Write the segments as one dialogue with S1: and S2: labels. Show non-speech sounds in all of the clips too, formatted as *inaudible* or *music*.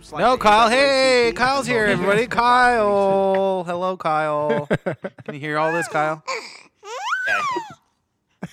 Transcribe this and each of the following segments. S1: slightly
S2: No, Kyle.
S1: NAACP
S2: Hey, Kyle's here,
S1: involved.
S2: everybody. Kyle. Hello, Kyle. Can you hear all this, Kyle?
S1: Yeah.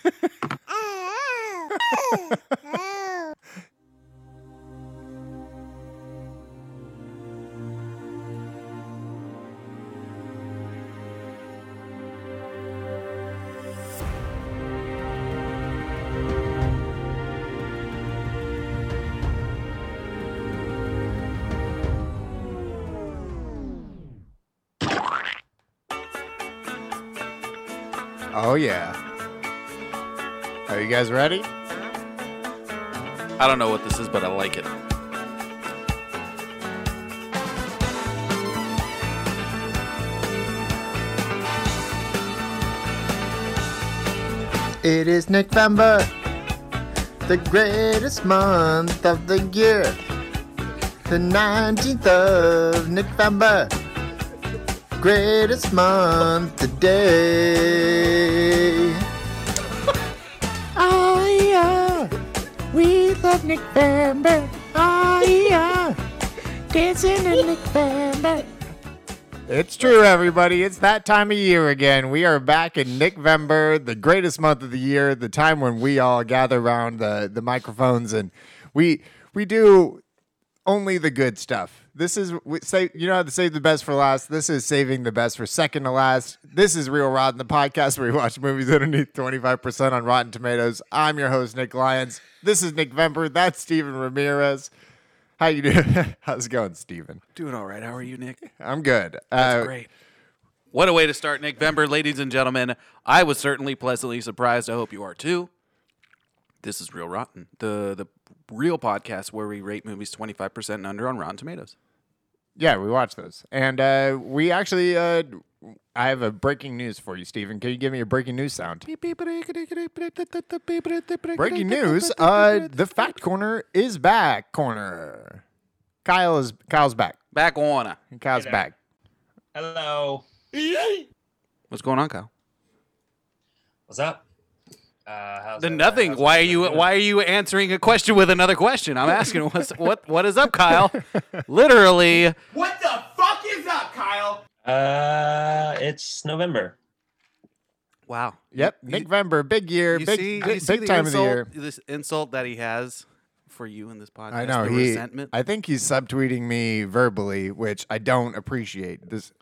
S3: Oh yeah. Are you guys ready?
S4: I don't know what this is, but I like it.
S3: It is November, the greatest month of the year. The 19th of November, greatest month *laughs* today. Oh yeah, we love November. Oh yeah, dancing in November. It's true, everybody. It's that time of year again. We are back in November, the greatest month of the year, the time when we all gather around the, the microphones and we we do only the good stuff. This is we say you know how to save the best for last. This is saving the best for second to last. This is Real Rotten, the podcast where we watch movies underneath twenty five percent on Rotten Tomatoes. I'm your host Nick Lyons. This is Nick Vember. That's Steven Ramirez. How you doing? *laughs* How's it going, Steven?
S4: Doing all right. How are you, Nick?
S3: I'm good. Uh,
S4: Great. What a way to start, Nick Vember, ladies and gentlemen. I was certainly pleasantly surprised. I hope you are too. This is Real Rotten, the the real podcast where we rate movies twenty five percent and under on Rotten Tomatoes.
S3: Yeah, we watch those. And uh, we actually, uh, I have a breaking news for you, Stephen. Can you give me a breaking news sound? Breaking news: uh, The Fact Corner is back. Corner. Kyle is Kyle's back.
S4: Back on.
S3: Kyle's
S1: Hey there.
S3: back.
S1: Hello.
S4: What's going on, Kyle?
S1: What's up? Uh, how's
S4: The
S1: everyone?
S4: nothing.
S1: How's
S4: Why are you
S1: everyone doing?
S4: Why are you answering a question with another question? I'm asking *laughs* what's, what What is up, Kyle? Literally,
S5: What the fuck is up, Kyle?
S1: Uh, it's November.
S4: wow.
S3: Yep.
S4: You-
S3: Nick Vember, big year,
S4: you
S3: big
S4: see,
S3: big,
S4: you see
S3: big
S4: the
S3: time
S4: insult,
S3: of the year.
S4: This insult that he has for you in this podcast.
S3: I know
S4: the
S3: he.
S4: resentment.
S3: I think he's subtweeting me verbally, which I don't appreciate. This,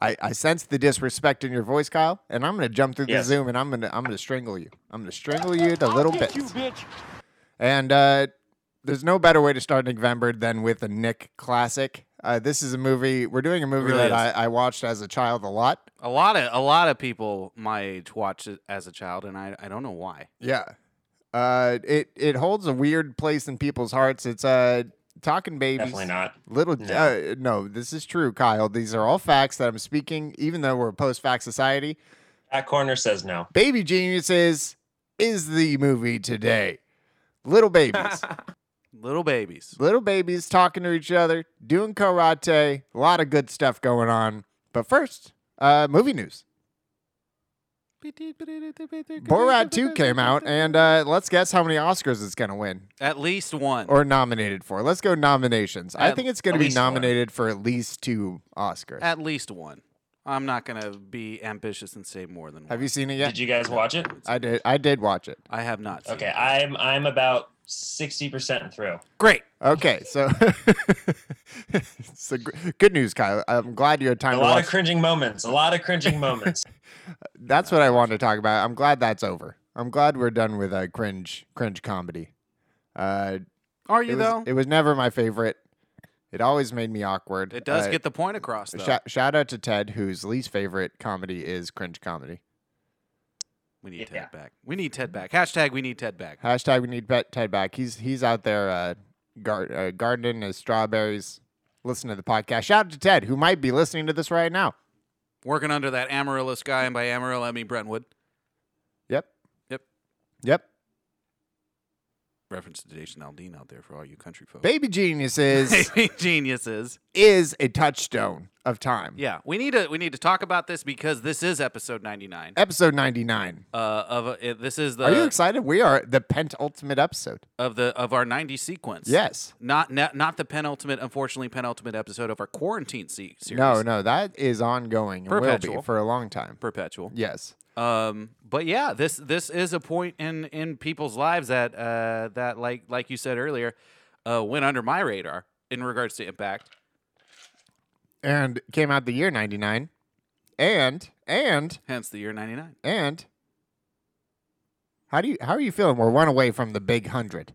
S3: I, I sense the disrespect in your voice, Kyle, and I'm gonna jump through
S1: Yes.
S3: the Zoom and I'm gonna I'm gonna strangle you. I'm gonna strangle you to little bits. And uh, there's no better way to start November than with a Nick classic. Uh, this is a movie we're doing a movie
S4: Really
S3: that I, I watched as a child a lot.
S4: a lot of a lot of people my age watched it as a child, and I I don't know why.
S3: Yeah. Uh, it it holds a weird place in people's hearts. It's uh talking babies.
S1: Definitely not.
S3: Little
S1: No.
S3: uh, no, this is true, Kyle. These are all facts that I'm speaking, even though we're a post-fact society.
S1: That corner says no.
S3: Baby Geniuses is the movie today. Little
S1: *laughs*
S3: babies,
S4: Little babies.
S3: little babies talking to each other, doing karate. A lot of good stuff going on. But first, uh, movie news. Borat 2 came out, and uh, let's guess how many Oscars it's going to win.
S4: At least one.
S3: or nominated for. Let's go nominations. I
S4: At-
S3: think it's going to
S1: at
S3: be
S1: least one.
S3: nominated for at least two Oscars.
S4: at least one. I'm not gonna be ambitious and say more than one.
S3: Have you seen it yet?
S1: Did you guys watch it?
S3: I did. I did watch it.
S4: I have not. Seen
S1: Okay,
S4: it.
S1: I'm I'm about sixty percent through.
S4: Great.
S3: Okay, so *laughs* so gr- good news, Kyle. I'm glad you had time
S1: A
S3: to
S1: lot
S3: watch.
S1: of cringing moments. A lot of
S4: *laughs*
S1: cringing moments.
S3: that's what I wanted to talk about. I'm glad that's over. I'm glad we're done with uh, cringe cringe comedy. Uh,
S4: Are
S3: it
S4: you
S3: was,
S4: though?
S3: It was never my favorite. It always made me awkward.
S4: It does
S3: Uh,
S4: get the point across though.
S3: shou- shout out to Ted, whose least favorite comedy is cringe comedy.
S4: we need
S1: Yeah.
S4: Ted back. We need Ted back. Hashtag we need Ted back.
S3: Hashtag we need Pet Ted back. He's he's out there uh, gar- uh, gardening his strawberries. Listen to the podcast. Shout out to Ted, who might be listening to this right now.
S4: Working under that Amarillo sky, and by Amarillo I mean Brentwood.
S3: Yep.
S4: Yep.
S3: Yep.
S4: reference to Jason Aldean out there for all you country folks.
S3: Baby
S4: *laughs*
S3: Geniuses
S4: Baby geniuses.
S3: is a touchstone of time.
S4: Yeah, we need to we need to talk about this because this is episode 99.
S3: Episode 99.
S4: Uh, of uh, it- this is the
S3: Are you excited? We are at the penultimate episode.
S4: of the of our 90 sequence.
S3: Yes.
S4: Not not, not the penultimate, unfortunately penultimate episode of our quarantine se- series.
S3: No, no, that is ongoing and will be
S4: Perpetual.
S3: for a long time.
S4: Perpetual.
S3: Yes.
S4: Um, but yeah, this this is a point in in people's lives that uh, that like like you said earlier, uh, went under my radar in regards to impact.
S3: And came out the year 99. And, and,
S4: Hence the year ninety nine.
S3: and. How do you how are you feeling? We're one away from the big hundred.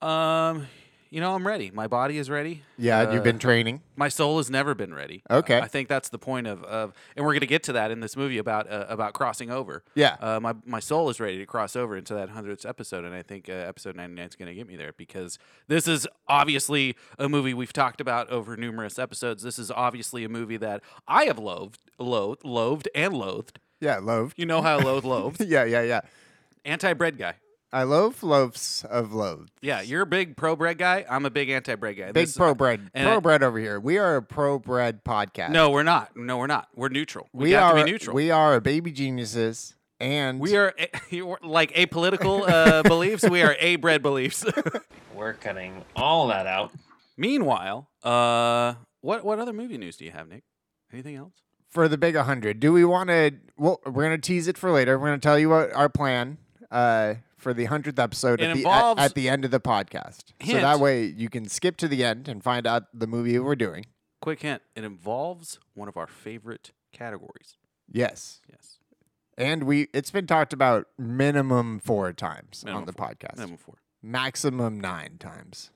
S4: Um, you know I'm ready. My body is ready.
S3: Yeah, you've
S4: Uh,
S3: been training.
S4: My soul has never been ready. Uh,
S3: Okay.
S4: I think that's the point of, of and we're gonna get to that in this movie about uh, about crossing over.
S3: Yeah.
S4: Uh, my my soul is ready to cross over into that hundredth episode, and I think uh, episode ninety nine is gonna get me there because this is obviously a movie we've talked about over numerous episodes. This is obviously a movie that I have loathed, loathed, loathed, and loathed.
S3: Yeah, loaf. *laughs*
S4: You know how I loathe loathed.
S3: yeah, yeah, yeah.
S4: Anti bread guy.
S3: I loaf loafs of loaves.
S4: Yeah, you're a big pro bread guy. I'm a big anti bread guy.
S3: Big
S4: This-
S3: pro bread.
S4: and
S3: Pro
S4: I-
S3: bread over here. We are a pro bread podcast.
S4: No, we're not. No, we're not. We're neutral. We,
S3: we
S4: have
S3: are
S4: to be neutral.
S3: We are a baby geniuses and
S4: We are a- *laughs* you're like apolitical uh, beliefs. We are a bread beliefs. *laughs*
S1: We're cutting all that out.
S4: Meanwhile, uh, what what other movie news do you have, Nick? Anything else?
S3: for the big 100. Do we want to well we're going to tease it for later. We're going to tell you what our plan uh for the 100th episode
S4: It
S3: at the, at,
S4: involves-
S3: at the end of the podcast. So that
S4: Hint.
S3: way you can skip to the end and find out the movie we're doing.
S4: Quick hint: it involves one of our favorite categories.
S3: Yes.
S4: Yes,
S3: And we it's been talked about minimum 4 times
S4: Minimum
S3: on the
S4: four.
S3: podcast.
S4: number four.
S3: Maximum 9 times.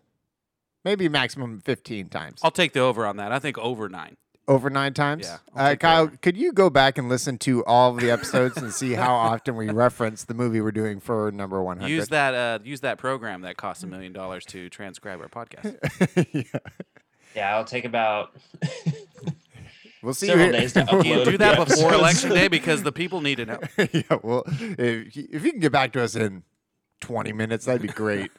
S3: Maybe maximum 15 times.
S4: I'll take the over on that. I think over nine.
S3: over nine times.
S4: Yeah, I'll
S3: Uh,
S4: take the
S3: Kyle,
S4: over.
S3: could you go back and listen to all of the episodes and see how often we reference the movie we're doing for number 100? *laughs*
S4: Use that. Uh, use that program that costs a million dollars to transcribe our *laughs* podcast.
S3: Yeah.
S1: Yeah, I'll take about
S3: We'll see
S1: several
S3: you here.
S1: days
S3: *laughs*
S1: to
S4: Can you
S1: upload.
S4: do that
S1: the
S4: before
S1: episodes.
S4: *laughs* election day because the people need to know.
S3: yeah, well, if, you- if you can get back to us in 20 minutes, that'd be
S4: *laughs*
S3: great.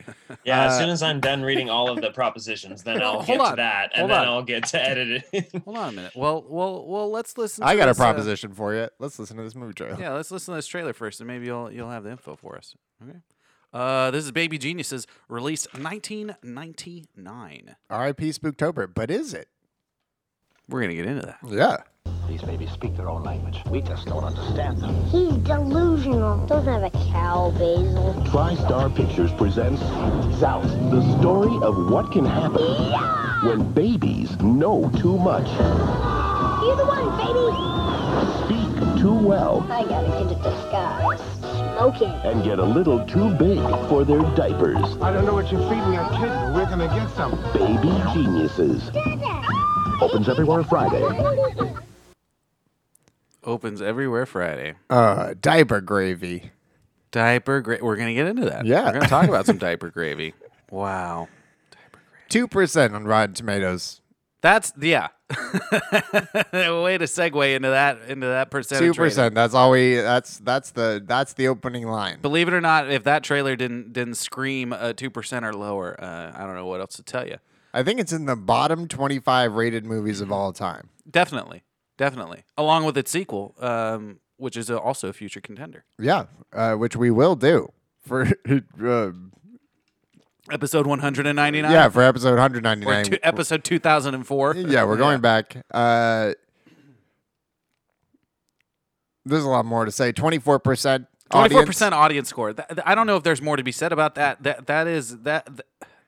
S1: Yeah,
S3: Uh,
S1: as soon as I'm done reading all of the propositions, then
S4: Well, *laughs*
S1: I'll
S4: hold
S1: get
S4: on,
S1: to that, and
S4: hold
S1: then
S4: on.
S1: I'll get to editing. *laughs*
S4: Hold on a minute. Well, well, well. Let's listen.
S3: I
S4: to
S3: got a
S4: this, uh,
S3: proposition for you. Let's listen to this movie trailer.
S4: Yeah, let's listen to this trailer first, and maybe you'll you'll have the info for us. Okay. Uh, this is Baby Geniuses, released 1999.
S3: R.I.P. Spooktober, but is it?
S4: We're gonna get into that.
S3: Yeah.
S6: These babies speak their own language. We just don't understand them.
S7: He's delusional. Doesn't have a cow, Basil.
S8: TriStar Pictures presents Zounds, the story of what can happen when babies know too much,
S7: You're the one, baby.
S8: speak too well,
S7: I gotta get a disguise. Smoking.
S8: and get a little too big for their diapers.
S9: I don't know what you're feeding a kid, but we're gonna get some.
S8: Baby Geniuses opens everywhere Friday.
S4: Opens everywhere Friday.
S3: Uh, diaper gravy.
S4: Diaper gravy. We're gonna get into that.
S3: Yeah.
S4: We're gonna talk about some diaper gravy. Wow.
S3: 2% on Rotten Tomatoes.
S4: That's yeah. *laughs* Way to segue into that into that percentage.
S3: Two
S4: rate.
S3: percent. That's all we. That's that's the that's the opening line.
S4: Believe it or not, if that trailer didn't didn't scream two percent or lower, uh, I don't know what else to tell you.
S3: I think it's in the bottom 25 rated movies
S4: Mm-hmm.
S3: of all time.
S4: Definitely, definitely. Along with its sequel, um, which is a, also a future contender.
S3: Yeah, uh, which we will do for *laughs* uh,
S4: Episode 199.
S3: yeah for episode
S4: Or
S3: 199.
S4: two, episode 2004.
S3: yeah, we're going back. Uh, there's a lot more to say. 24 percent.
S4: 24 percent audience score. Th- th- I don't know if there's more to be said about that. That that is that. th-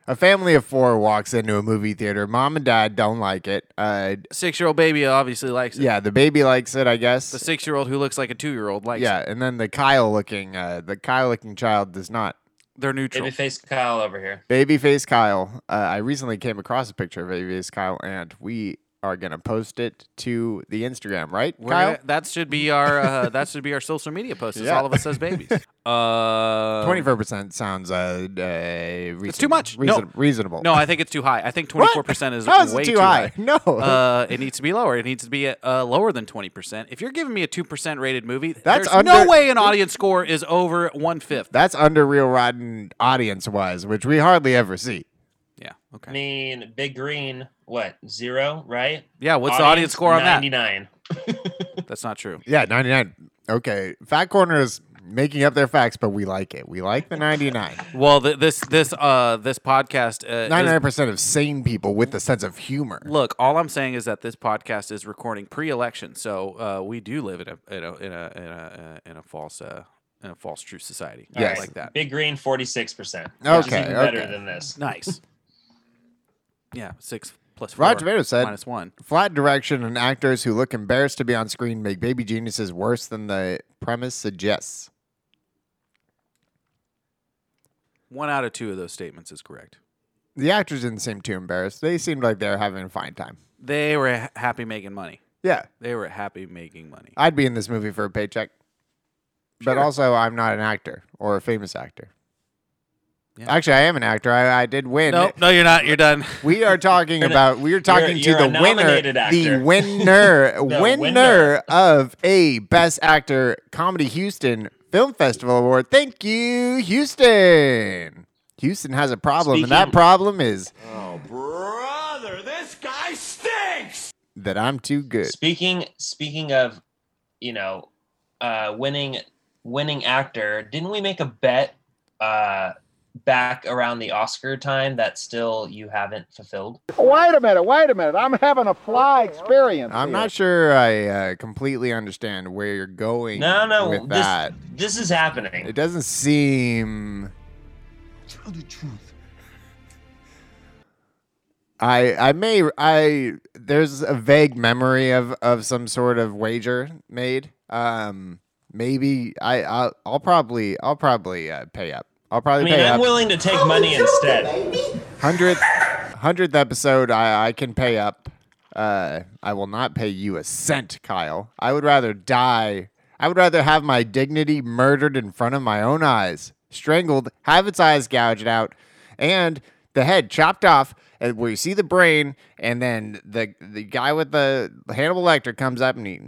S3: A family of four walks into a movie theater. Mom and dad don't like it. Uh,
S4: six-year-old baby obviously likes it.
S3: yeah, the baby likes it, I guess.
S4: The six-year-old who looks like a two-year-old likes
S3: yeah,
S4: it.
S3: and then the Kyle looking, uh, the Kyle looking child does not.
S4: They're neutral.
S1: Babyface Kyle over here.
S3: Babyface Kyle. Uh, I recently came across a picture of Babyface Kyle, and we are going to post it to the Instagram, right,
S4: We're
S3: Kyle?
S4: gonna- that should be our uh, *laughs* that should be our social media post. It's
S3: Yeah.
S4: all of us
S3: *laughs*
S4: as babies. Uh,
S3: 24% sounds uh, uh reasonable.
S4: It's too much. No.
S3: Reason- Reasonable.
S4: No, I think it's too high. I think twenty four percent is
S3: How is it
S4: way
S3: too high? *laughs* No.
S4: uh, it needs to be lower. It needs to be uh, lower than twenty percent. If you're giving me a two percent rated movie,
S3: That's
S4: there's no
S3: under-
S4: way an audience score is over one fifth.
S3: That's under Real Rotten audience wise, which we hardly ever see.
S4: Yeah. Okay.
S1: I mean, Big Green, what zero, right?
S4: Yeah. What's the audience score on
S1: Ninety nine.
S4: that? That's not true.
S3: Yeah, 99. Okay. Fat Corner is making up their facts, but we like it. We like the
S4: *laughs*
S3: 99.
S4: Well, th- this this uh this podcast uh, is,
S3: 99% of sane people with a sense of humor.
S4: look. All I'm saying is that this podcast is recording pre-election, so uh, we do live in a in a in a in a, uh, in a false uh, in a false truth society.
S3: Yes.
S4: like that.
S1: Big Green, forty six percent.
S3: Okay,
S1: even better
S3: okay.
S1: than this.
S4: Nice. yeah, six plus four.
S3: Rotten Tomatoes said-
S4: minus one.
S3: Flat direction and actors who look embarrassed to be on screen make Baby Geniuses worse than the premise suggests.
S4: One out of two of those statements is correct.
S3: The actors didn't seem too embarrassed. They seemed like they're having a fine time.
S4: They were ha- happy making money.
S3: Yeah.
S4: They were happy making money.
S3: I'd be in this movie for a paycheck. But also, I'm not an actor or a famous actor.
S4: Yeah.
S3: Actually, I am an actor. I, I did win.
S4: No, no, you're not. You're
S1: *laughs*
S4: done.
S3: We are talking about we are talking
S1: you're
S3: to
S1: a
S3: the winner,
S1: nominated
S3: the
S1: actor. *laughs*
S3: winner, winner,
S1: winner.
S3: of a Best Actor Comedy Houston Film Festival Award. Thank you, Houston. Houston has a problem, and that
S1: Speaking-
S3: problem is
S5: Oh, Brother, this guy stinks!
S3: that I'm too good.
S1: Speaking speaking of, you know, uh, winning winning actor, didn't we make a bet uh, back around the Oscar time that still you haven't fulfilled?
S9: Wait a minute, wait a minute. I'm having a fly experience.
S3: I'm not sure I uh, completely understand where you're going.
S1: No, no,
S3: with
S1: this
S3: that
S1: this is happening.
S3: it doesn't seem.
S9: Tell the truth.
S3: I I may I there's a vague memory of of some sort of wager made. Um, maybe I I'll, I'll probably I'll probably uh, pay up. I'll
S1: I
S3: probably
S1: mean,
S3: pay
S1: I'm
S3: up.
S1: willing to take money instead.
S3: Hundredth hundredth episode, I I can pay up. Uh, I will not pay you a cent, Kyle. I would rather die. I would rather have my dignity murdered in front of my own eyes, strangled, have its eyes gouged out, and the head chopped off, and where you see the brain, and then the the guy with the Hannibal Lecter comes up and he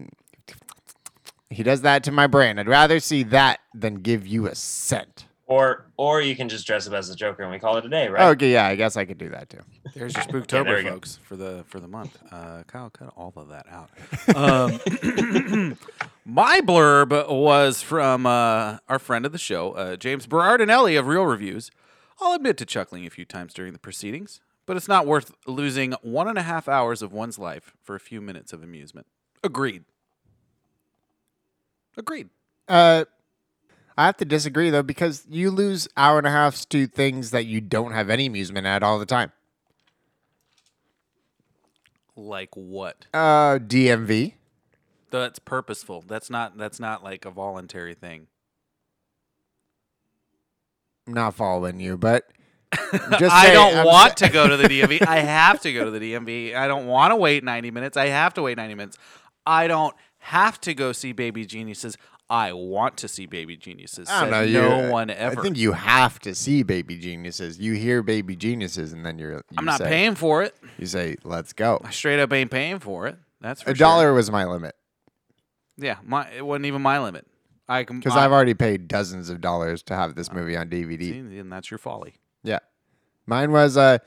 S3: he does that to my brain. I'd rather see that than give you a cent.
S1: Or or you can just dress up as the Joker and we call it a day,
S4: Oh,
S1: right?
S3: Okay, yeah, I guess I could do that too.
S4: There's your
S1: Yeah, there
S4: Spooktober,
S1: we go.
S4: folks, for the for the month. Uh, Kyle, cut all of that
S1: *laughs*
S4: out. Um, *clears throat* my blurb was from uh, our friend of the show, uh, James Berardinelli of Real Reviews. I'll admit to chuckling a few times during the proceedings, but it's not worth losing one and a half hours of one's life for a few minutes of amusement. Agreed. Agreed.
S3: Uh, I have to disagree though because you lose hour and a halfs to things that you don't have any amusement at all the time.
S4: Like what?
S3: Uh, DMV.
S4: That's purposeful. That's not. That's not like a voluntary thing.
S3: I'm not following you,
S4: *laughs*
S3: but just
S4: I
S3: say-
S4: don't
S3: I'm *laughs*
S4: want
S3: sa-
S4: to go to the DMV. I have to go to the DMV. I don't want to wait 90 minutes. I have to wait 90 minutes. I don't have to go see Baby Geniuses. I want to see Baby Geniuses.
S3: I don't know.
S4: Said
S3: You, uh,
S4: no one ever.
S3: I think you have to see Baby Geniuses. You hear Baby Geniuses, and then you're. You
S4: I'm not
S3: say,
S4: paying for it.
S3: You say, "Let's go."
S4: I straight up ain't paying for it. That's for
S3: A
S4: sure.
S3: dollar was my limit
S4: Yeah, my it wasn't even my limit. I can
S3: because I've already paid dozens of dollars to have this movie on DVD.
S4: and that's your folly.
S3: Yeah. Mine was uh